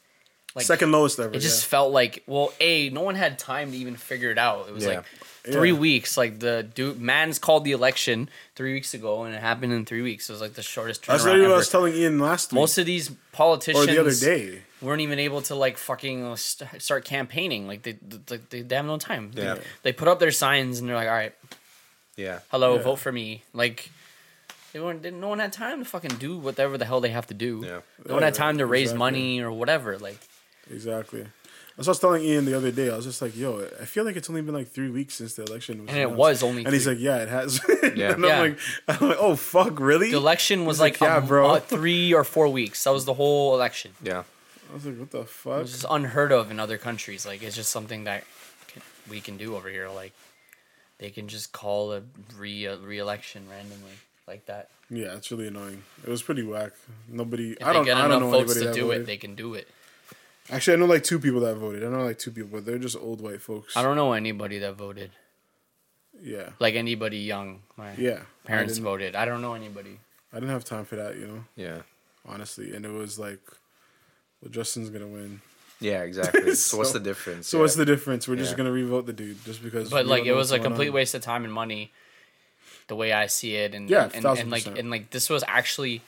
Like
second lowest ever.
It just felt like, well, a no one had time to even figure it out. It was
Yeah.
like three
Yeah.
weeks. Like the dude, man's called the election three weeks ago, and it happened in three weeks. It was like the shortest
yeah. That's
turnaround
literally what I
ever.
was telling Ian last week
Most of these
or
politicians
the other day.
weren't even able to like fucking uh, st- start campaigning. Like they, like they, they have no time. They-
Yeah.
They, put up their signs and they're like, all right,
Yeah.
hello,
Yeah.
vote for me. Like. They weren't, didn't, no one had time to fucking do whatever the hell they have to do.
Yeah.
No one had
Yeah,
time to raise
exactly.
money or whatever. Like,
Exactly. That's what I was telling Ian the other day. I was just like, yo, I feel like it's only been like three weeks since the election was
And it
announced.
was only
And he's
three-
like, yeah, it has.
Yeah.
and
Yeah.
I'm, like, I'm like, oh, fuck, really?
The election was like,
like, "Yeah,
a,
bro."
a three or four weeks. That was the whole election.
Yeah.
I was like, what the fuck?
It's unheard of in other countries. Like it's just something that can, we can do over here. Like they can just call a re a re-election randomly like that.
Yeah, it's really annoying. It was pretty whack. Nobody,
If
I don't,
they get
I
enough
don't know
votes
anybody
to
that
do
voted.
it, they can do it.
Actually, I know like two people that voted. I know like two people, but they're just old white folks.
I don't know anybody that voted.
Yeah,
Like anybody young. My
yeah. I
parents
didn't,
voted. I don't know anybody.
I didn't have time for that, you know,
Yeah.
honestly. And it was like, well, Justin's gonna win.
Yeah. Exactly. so, what's
So-
the difference?
So
yeah.
what's the difference? We're
Yeah.
just gonna revote the dude just because. we
But
don't
like
know
it was
what's
a
going
complete
on.
waste of time and money, the way I see it, and
Yeah,
and, and, and, like
1000%.
and like this was actually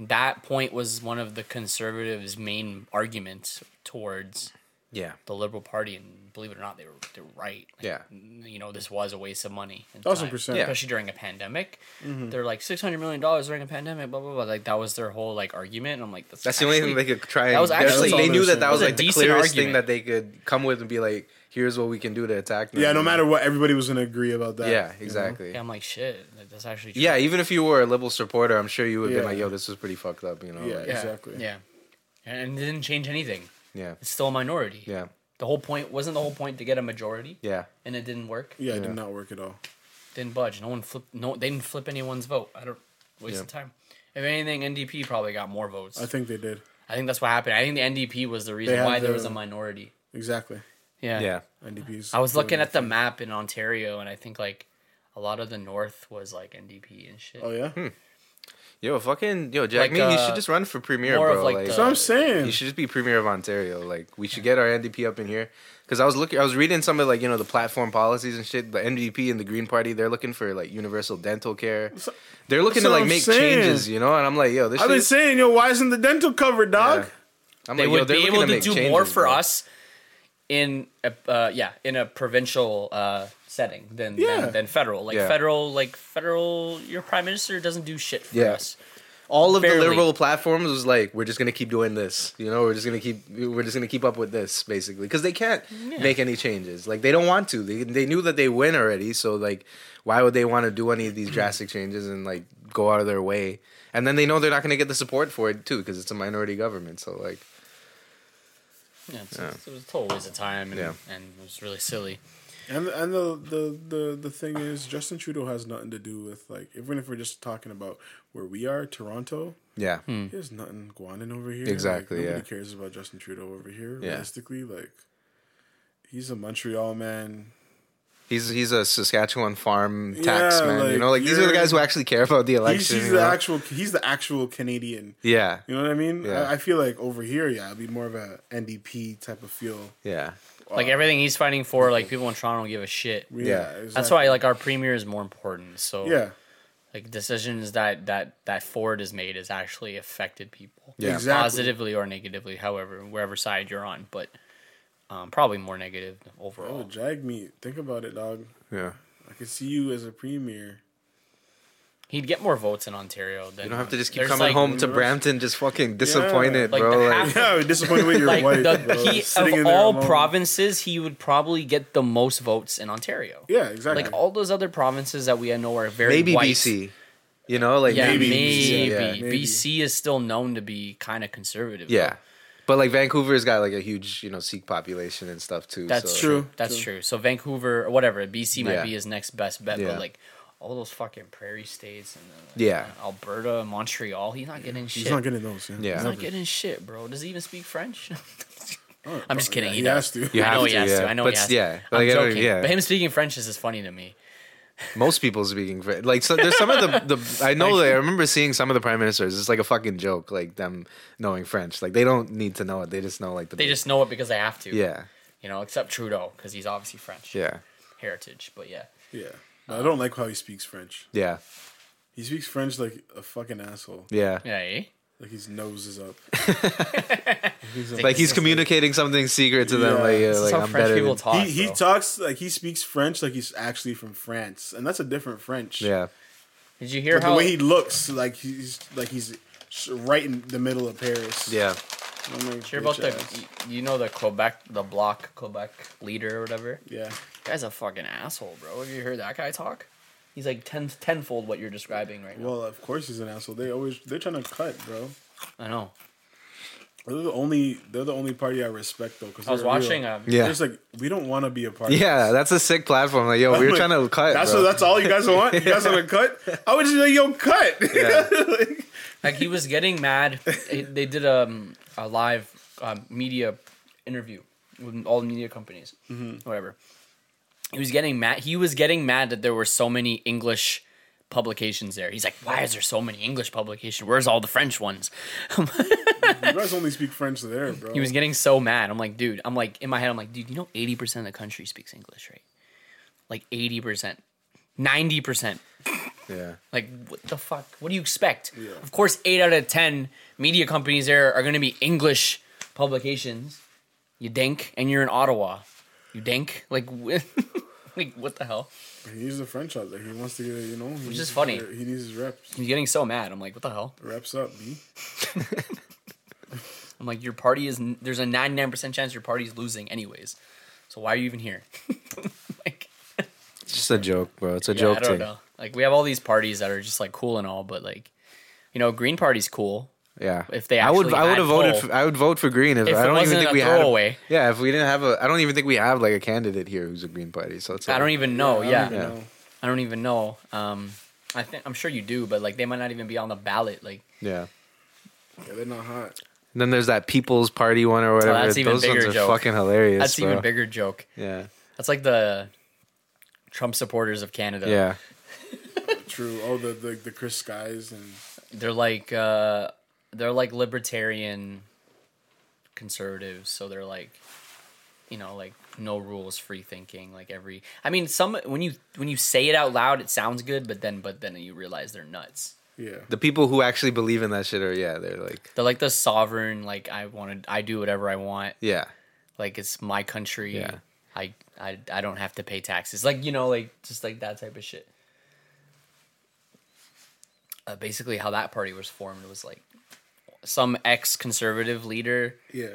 that point was one of the conservatives' main arguments towards
yeah.
the Liberal Party, and believe it or not, they were they were right. Like,
Yeah.
you know this was a waste of money. and
Thousand
time,
percent.
Yeah.
especially during a pandemic. They're like six hundred million dollars during a pandemic, blah blah blah. Like that was their whole like argument. And I'm like, that's,
That's the only thing
actually-
they could try. And
that was
that's,
actually-
like, they knew that that
It
was,
was
a
like the
decent
clearest
argument.
thing that they could come with and be like, here's what we can do to attack. Them.
Yeah, no matter what, everybody was gonna agree about that.
Yeah,
you know?
exactly.
Yeah, I'm like shit. Like, that's actually true.
Yeah, even if you were a liberal supporter, I'm sure you would have been
Yeah.
like, "Yo, this was pretty fucked up," you know?
Yeah.
like,
yeah,
exactly.
Yeah, and it didn't change anything.
yeah,
It's still a minority.
yeah,
The whole point wasn't the whole point to get a majority,
yeah.
and it didn't work.
Yeah, it
Yeah.
did not work at all.
Didn't budge. No one flipped. No, they didn't flip anyone's vote. I don't waste
Yeah.
of time. If anything, NDP probably got more votes. I
I
think,
think they did
that's what happened. I think the NDP was the reason
had
why there
the-
was a minority.
exactly.
Yeah.
yeah.
NDP's.
I was
doing
looking
it.
at the map in Ontario, and I think like a lot of the north was like NDP and shit.
Oh yeah,
Yo, fucking yo, Jack.
Like,
me, you
uh,
should just run for premier,
more of,
bro.
like,
like,
the-
that's what I'm saying.
you should just be premier of Ontario. Like, we should get our NDP up in here. Because I was looking, I was reading some of like you know the platform policies and shit. The NDP and the Green Party, they're looking for like universal dental care. They're looking
that's
to
what
like
I'm
make
saying.
changes, you know. And I'm like, yo, this.
I've been
shit-
saying, yo, why isn't the dental covered, dog?
Yeah. I'm
they
like, yo,
would
they're
be
looking
able to
make
do
changes,
more for
bro.
us in a uh, yeah in a provincial uh, setting than,
Yeah.
than than federal. Like
Yeah.
federal, like federal, your prime minister doesn't do shit for
Yeah.
us.
all of
Barely.
the liberal platforms was like, we're just gonna keep doing this. You know, we're just gonna keep we're just gonna keep up with this basically because they can't make any changes. Like they don't want to. They they knew that they win already, so like why would they want to do any of these
Mm-hmm.
drastic changes and like go out of their way? And then they know they're not gonna get the support for it too because it's a minority government. So like,
Yeah, it's, it's- It was a total waste of time, and,
Yeah.
and it was really silly.
And and the, the the the thing is, Justin Trudeau has nothing to do with like even if we're just talking about where we are, Toronto.
yeah,
Hmm.
There's nothing going on over here.
Exactly,
Like, nobody
yeah.
cares about Justin Trudeau over here.
Yeah.
Realistically, like he's a Montreal man.
he's he's a Saskatchewan farm tax
Yeah,
man. you
like,
know, like these are the
you're-
guys who actually care about the
He's,
election.
he's
you
the
know?
actual. He's the actual Canadian.
yeah,
You know what I mean?
Yeah.
I, I feel like over here, yeah, it'd be more of a NDP type of feel.
yeah,
Like everything he's fighting for, like people in Toronto don't give a shit.
Yeah,
That's
exactly.
why, like, our premier is more important. So,
Yeah,
like decisions that that that Ford has made has actually affected people,
Yeah.
Exactly.
positively or negatively, however, wherever side you're on. But um, probably more negative
oh,
overall.
drag me. Think about it, dog.
yeah.
I can see you as a premier.
He'd get more votes in Ontario. Than
You don't have to just keep
There's,
coming
like-
home to Brampton just fucking disappointed,
Like,
bro.
the
like,
half-
Yeah, disappointed with your
Like
wife.
the,
bro.
he,
Sitting in
of
there
all
alone.
provinces, he would probably get the most votes in Ontario.
Yeah, exactly.
Like all those other provinces that we know are very
maybe
white.
BC. You know, like
Yeah,
Maybe
maybe,
BC,
yeah,
maybe.
BC is still known to be kind of conservative. though.
yeah. But like Vancouver's got like a huge, you know, Sikh population and stuff too.
That's
so-
true.
True,
That's
true.
true. So Vancouver or whatever, BC might
Yeah.
be his next best bet.
Yeah.
But like all those fucking prairie states and uh,
Yeah.
Alberta and Montreal, he's not getting shit.
He's not getting those. Yeah.
Yeah.
He's not
Never.
getting shit, bro. Does he even speak French?
Oh,
I'm just kidding,
yeah,
he
He
does.
has to.
You
I know
have
he
to,
has
yeah.
to. I know
But
he has
yeah,
to. I'm
like, I don't-
joking.
yeah.
But him speaking French is just funny to me.
Most people speaking French. Like so, there's some of the, the I know that I remember seeing some of the prime ministers. It's like a fucking joke, like them knowing French. Like they don't need to know it. They just know like the
They just know it because they have to.
yeah
You know, except Trudeau because he's obviously French
yeah
heritage. But yeah,
Yeah. But I don't like how he speaks French.
yeah
He speaks French like a fucking asshole.
yeah.
yeah. eh?
Like his nose is up.
Like he's communicating something secret to them.
Yeah.
Like, yeah,
This
This
like
is how
I'm
French
better.
people
than-
talk.
he he
bro.
talks like he speaks French like he's actually from France, and that's a different French.
Yeah,
Did you hear
But
how
the way he looks, like he's like he's s- right in the middle of Paris.
yeah.
I'm like,
Sure about
bitch
the
ass.
y- you know the Quebec the block Quebec leader or whatever.
yeah.
Guy's a fucking asshole, bro. Have you heard that guy talk? He's like ten tenfold what you're describing right now.
Well, of course he's an asshole. They always they're trying to cut, bro.
I know.
They're the only they're the only party I respect though. Because
I was watching um
Yeah.
Yeah, it's like we don't want to be a part. of
Yeah,
this.
that's a sick platform. Like, yo, we were
Like,
trying to cut.
That's
bro.
what, that's all you guys want. You guys want to cut? I would just be like, yo, cut.
Yeah.
Like,
like he was getting mad. they, they did um, a live um, media interview with all the media companies, whatever. He was getting mad. He was getting mad that there were so many English publications there. He's like, "Why is there so many English publications? Where's all the French ones?"
you guys only speak French there, bro.
He was getting so mad. I'm like, dude, I'm like, in my head, I'm like, dude, you know 80% of the country speaks English, right? Like 80%, 90%.
Yeah.
Like, what the fuck? What do you expect? Of course, eight out of 10 media companies there are going to be English publications. You dink, and you're in Ottawa. You dink? Like, wh- like what the hell?
He's a French out there. He wants to get, you know, which
is funny.
He needs his reps.
He's getting so mad. I'm like, what the hell?
Reps up, B.
I'm like, your party is, there's a 99% chance your party's losing, anyways. So why are you even here? like,
It's just a joke, bro. It's a
Yeah,
joke
I don't
thing.
know. Like we have all these parties that are just like cool and all, but like, you know, Green Party's cool.
Yeah.
If they
I would
actually
I would
had
have voted
poll.
for, I would vote for Green if,
If it
I don't even
wasn't
think
a
we had
throwaway.
Yeah, if we didn't have a I don't even think we have like a candidate here who's a Green Party. So it's like,
I don't even know.
I don't
yeah,
even
Yeah.
know.
I don't even know. Um, I think I'm sure you do, but like they might not even be on the ballot. Like
Yeah.
Yeah, they're not hot.
And then there's that People's Party one or whatever.
Oh, that's even
Those
bigger
ones are
joke.
fucking hilarious.
that's
bro.
even bigger joke.
Yeah.
That's like the Trump supporters of Canada.
Yeah.
True. Oh, the the, the Chris Skies and
they're like uh, they're like libertarian conservatives. So they're like, you know, like no rules, free thinking. Like every, I mean, some when you when you say it out loud, it sounds good, but then but then you realize they're nuts.
yeah.
The people who actually believe in that shit are yeah, they're like
They're like the sovereign, like I want to, I do whatever I want.
yeah.
Like it's my country.
Yeah.
I, I, I don't have to pay taxes. Like you know, like just like that type of shit. uh, basically how that party was formed was like some ex-conservative leader
Yeah.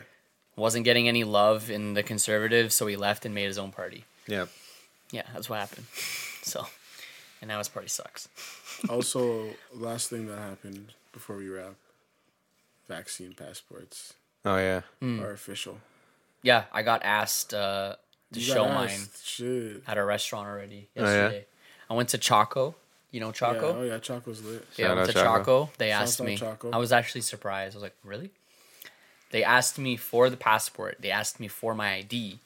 wasn't getting any love in the conservatives, so he left and made his own party.
Yeah.
Yeah, that's what happened. So, and now his party sucks.
Also, last thing that happened before we wrap, vaccine passports
Oh yeah.
Mm.
are official.
Yeah, I got asked uh, to
You got
show
asked.
mine
Shit.
at a restaurant already
yeah?
yesterday. I went to Chaco. You know
Yeah,
Chaco?
oh yeah, Choco's lit.
Yeah, I
Shout
went to
out
Chaco.
Chaco.
They
Shout
asked
out
me.
Chaco.
I was actually surprised. I was like, really? They asked me for the passport. They asked me for my ID.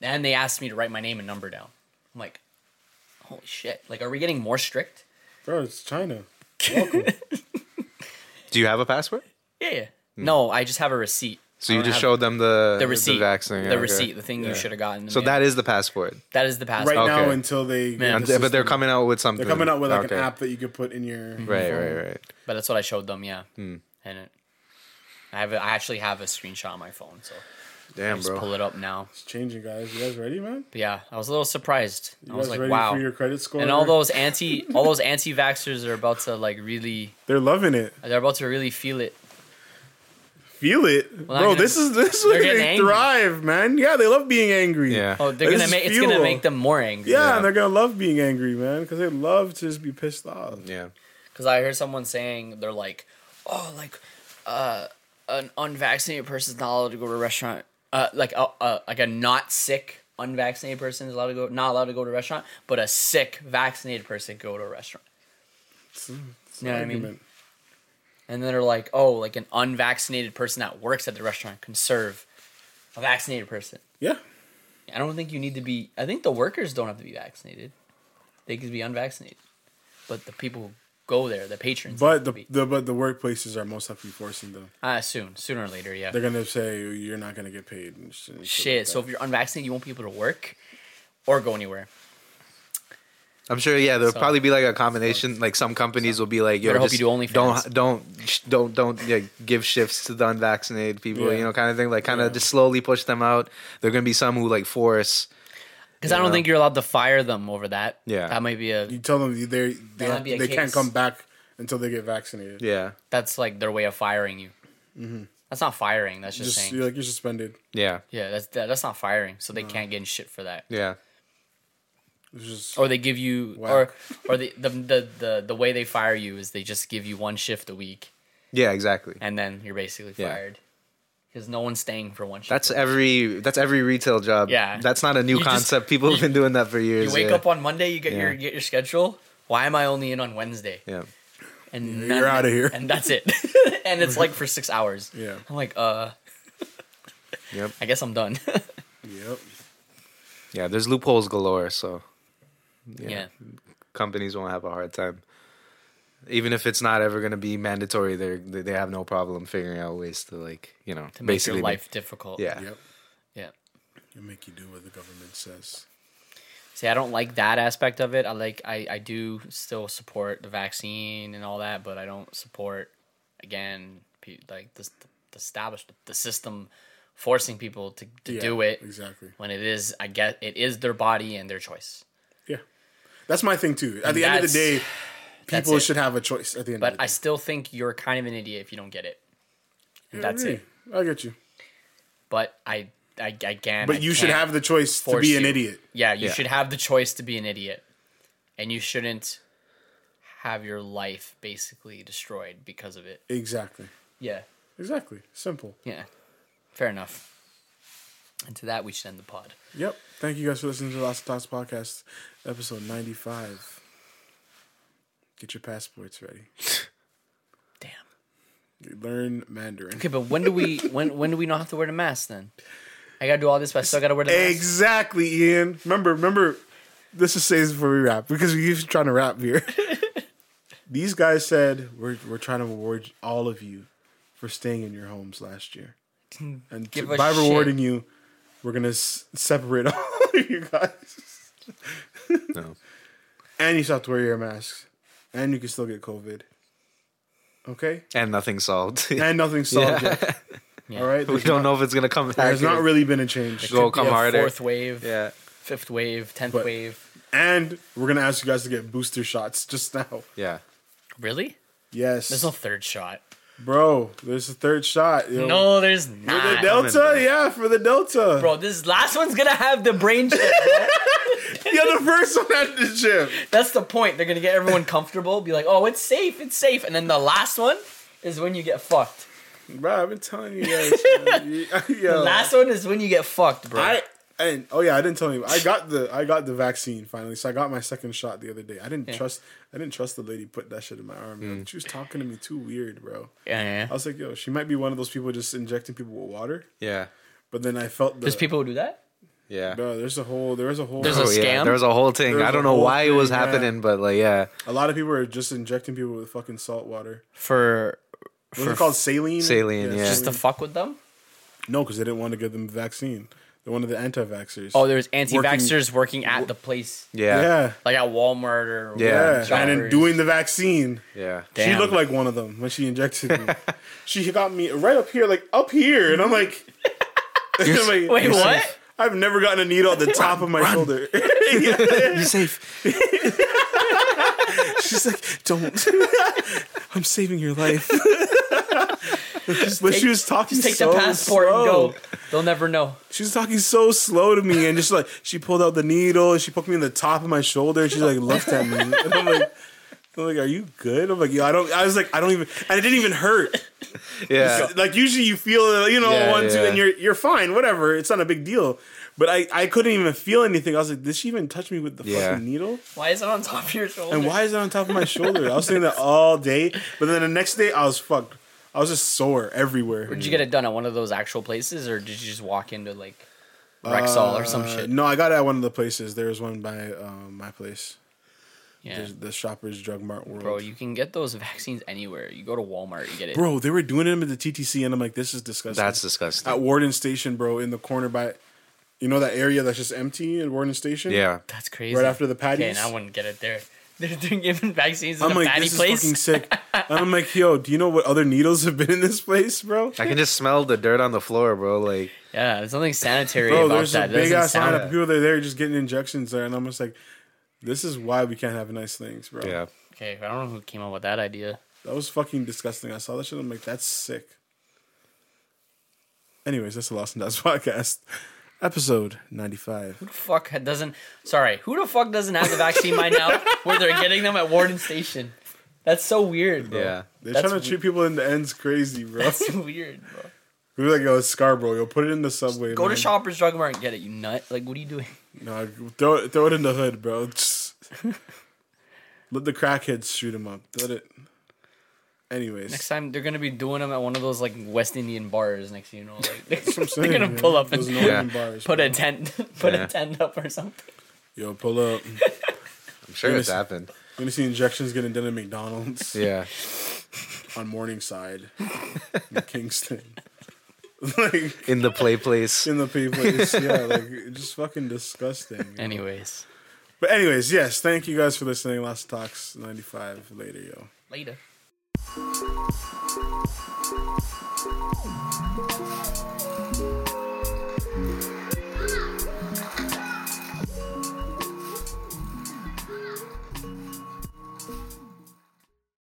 And they asked me to write my name and number down. I'm like, holy shit. Like, are we getting more strict?
Bro, it's China.
Do you have a passport?
Yeah. yeah. No, I just have a receipt.
Hmm. So
I
you
don't
just
have
showed them the
the receipt. The,
vaccine, okay.
receipt, the thing you should have gotten. in the
So
mail.
that is the passport.
that is the passport.
Right now
Okay.
until they get
Man.
the
but they're
system.
coming out with something.
They're coming out with like
Okay.
an app that you could put in your
Right, right, right.
But that's what I showed them, yeah.
Hmm.
And it, I have, a- I actually have a screenshot on my phone, so I
Damn,
just pull
bro.
it up now.
It's changing, guys. You guys ready, man?
But yeah, I was a little surprised.
You
I was
guys
like,
ready
wow.
for your credit score?
And all those anti, all those anti-vaxxers are about to like really,
they're loving it.
they're about to really feel it.
Feel it,
Well,
bro.
I'm gonna-
This is this is where
They're
they
getting angry.
thrive, man. Yeah, they love being angry.
Yeah.
Oh, they're
This
gonna
is
make it's gonna
fuel.
make them more angry.
Yeah,
Yeah.
and they're gonna love being angry, man, because they love to just be pissed off.
Yeah.
Because I heard someone saying they're like, oh, like, uh, an unvaccinated person's not allowed to go to a restaurant. Uh, like a, a like a not sick unvaccinated person is allowed to go, not allowed to go to a restaurant, but a sick vaccinated person go to a restaurant.
It's, it's
You know what I mean? And then they're like, oh, like an unvaccinated person that works at the restaurant can serve a vaccinated person.
Yeah,
I don't think you need to be. I think the workers don't have to be vaccinated; they could be unvaccinated. But the people who go there, the patrons, have
but
to
the,
be.
the but the workplaces are most likely forcing them.
ah, soon, sooner or later, yeah.
They're gonna say "Oh, you're not gonna get paid. And shit, and
Shit.
like
So
that.
if you're unvaccinated, you won't be able to work or go anywhere.
I'm sure. Yeah, there'll
So-
probably be like a combination. like some companies will be like, "Yo,
Better hope
just
you do OnlyFans.
don't, don't, sh- don't, don't yeah, give shifts to the unvaccinated people."
Yeah.
You know, kind of thing. Like, kind of just slowly push them out. There are gonna be some who like force.
Because I don't
Yeah.
think you're allowed to fire them over that.
Yeah.
That might be a.
you tell them they they,
might
have-
be a
they can't
case.
come back until they get vaccinated.
Yeah,
That's like their way of firing you. That's not firing. That's just,
Mm-hmm. just
saying.
you're like you're suspended.
yeah,
Yeah, that's that, that's not firing. So they can't get in shit for that.
yeah.
It's just
Or they give you, or or the, the the the the way they fire you is they just give you one shift a week,
Yeah, exactly.
and then you're basically
Yeah.
fired. Because no one's staying for one shift.
That's every that's every retail job.
Yeah.
that's not a new
You just-
concept. People have been doing that for years.
you wake
yeah.
up on Monday, you get your
Yeah.
get your schedule. Why am I only in on Wednesday?
yeah,
and
you're
none-
outta here.
and that's it and it's like for six hours
Yeah.
i'm like uh
yep,
i guess i'm done yeah.
yep.
yeah. There's loopholes galore. So
yeah
companies won't have a hard time. Even if it's not ever going to be mandatory, they they they have no problem figuring out ways to like you know
to make
basically
your life difficult
yeah,
Yep.
yeah
You make you do what the government says.
see i don't like that aspect of it i like i i do still support the vaccine and all that but i don't support again pe- like this the established the system forcing people to, to
Yeah,
do it
exactly.
when it is i get it is their body and their choice
Yeah, that's my thing too. At the end of the day,
that's-
people
it.
should have a choice. At the end,
but
of the
i
day.
still think you're kind of an idiot if you don't get it And that's it
I get you.
but I, I, I can.
But
I
you should
can't
have the choice to
force
be an
you.
idiot.
Yeah, you
Yeah.
should have the choice to be an idiot, and you shouldn't have your life basically destroyed because of it.
Exactly.
Yeah,
Exactly. Simple.
yeah, fair enough. And to that, we should end the pod.
Yep. Thank you guys for listening to the Lost Talks podcast, episode ninety-five. Get your passports ready.
Damn.
Learn Mandarin.
Okay, but when do we when when do we not have to wear the mask then? I gotta do all this, but I still gotta wear the mask.
Exactly, Ian. Remember, remember. This is says before we wrap because we're usually trying to wrap here. These guys said we're we're trying to reward all of you for staying in your homes last year, and
Give
to-
a
by
shit.
rewarding you, we're gonna s- separate all of you guys.
no.
And you still have to wear your masks. And you can still get COVID. Okay?
and nothing solved.
And nothing's solved
Yeah.
yet. All right?
we
There's,
don't
not,
know if it's gonna come back.
there's not
or-
really been a change.
Go come
Yeah,
harder.
Fourth wave,
Yeah,
fifth wave, tenth
But-
wave.
And we're going to ask you guys to get booster shots just now.
yeah.
Really?
Yes,
There's no third shot.
bro. There's a third shot. Yo.
No, there's
For the
not.
Delta,
Coming,
yeah, for the Delta.
Bro, this last one's gonna have the brain chip. bro.
You're the first one at the gym.
That's the point. They're gonna get everyone comfortable, be like, oh, it's safe, it's safe. And then the last one is when you get fucked.
Bro, I've been telling you guys. man. Yo.
The last one is when you get fucked, bro.
Uh, I and oh yeah, I didn't tell you. I got the I got the vaccine finally, so I got my second shot the other day. I didn't trust I didn't trust the lady put that shit in my arm.
Hmm.
yo. She was talking to me too weird, bro.
yeah, yeah.
I was like, yo, she might be one of those people just injecting people with water.
Yeah.
But then I felt the,
There's people who do that?
Yeah.
bro. There's a whole there's a whole
There's a
a,
s- scam?
There was a whole thing.
There was
I don't
a
know
whole
why it was
thing, yeah.
happening, but like, yeah.
lot of people are just injecting people with fucking salt water.
For
What was it called saline?
Saline, yeah.
just to fuck with them?
no, because they didn't want to give them the vaccine. They're one of the anti-vaxxers.
Oh, there's anti vaxxers working, at the place.
Yeah.
yeah,
Like at Walmart or
Yeah.
yeah,
Shoppers.
and then doing the vaccine.
Yeah.
Damn.
She looked like one of them when she injected me. she got me right up here, like up here, and I'm like, I'm like,
Wait, what?
I've never gotten a needle at the top of my shoulder.
You're safe.
She's like, "Don't, I'm saving your life." but she was talking
Just take
so
the passport
slow.
and go. They'll never know.
She was talking so slow to me, and just like she pulled out the needle and she poked me in the top of my shoulder. And she like looked at me, and I'm like. I'm like, are you good? I'm like, yeah, I don't. I was like, I don't even, and it didn't even hurt.
Yeah.
like usually you feel uh, you know
Yeah,
one two
yeah.
and you're you're fine whatever it's not a big deal but I I couldn't even feel anything I was like did she even touch me with the
Yeah.
fucking needle
Why is it on top of your shoulder?
and why is it on top of my shoulder I was saying that all day but then the next day I was fucked I was just sore everywhere
Did you get it done at one of those actual places, or did you just walk into like Rexall or some shit?
Uh, no I got it at one of the places there was one by um, my place
yeah.
There's the Shoppers Drug Mart World
Bro, you can get those vaccines anywhere. You go to Walmart, you get it.
bro they were doing them at the TTC and I'm like this is disgusting
That's disgusting.
at Warden Station bro in the corner by you know that area that's just empty in Warden Station
yeah.
That's crazy.
Right after the patties?
Okay, and I wouldn't get it there. They're doing giving vaccines in
I'm
a
like,
patty
this
place.
is fucking sick. And I'm like, yo, do you know what other needles have been in this place, bro?
I can just smell the dirt on the floor, bro. Like,
Yeah, there's nothing sanitary
Bro,
about
there's
that.
a
That
big
doesn't
ass
sound.
lineup of people that are there just getting injections there, and I'm just like, this is why we can't have nice things, bro.
yeah.
Okay, I don't know who came up with that idea.
That was fucking disgusting. I saw that shit. I'm like, that's sick. Anyways, that's the Lost and Dots podcast, episode 95.
Fuck had- doesn't. Sorry, who the fuck doesn't have the vaccine by now? Where they're getting them at Warden Station. That's so weird, bro.
Yeah.
They're
That's
trying to treat people in the ends crazy, bro.
That's weird, bro.
we were like, yo, it's Scarborough. Yo, put it in the subway.
Go to
man.
Shoppers Drug Mart and get it. You nut. Like, what are you doing?
No, throw it, throw it in the hood, bro. Just- Let the crackheads shoot him up. Let it. Anyways,
Next time they're gonna be doing them at one of those like West Indian bars. Next thing you know, like
That's what I'm saying,
they're gonna
man.
pull up
Those
and
northern
Yeah.
bars,
put
bro.
a tent, put
Yeah.
a tent up or something.
Yo, pull up. I'm
I'm sure it's
Innocent.
happened.
gonna see injections getting done at McDonald's
Yeah.
on Morningside, in Kingston, like
In the play place.
in the pay place. Yeah, like just fucking disgusting.
Anyways,
But anyways, yes, thank you guys for listening. Lost Talks 95 later, yo.
later.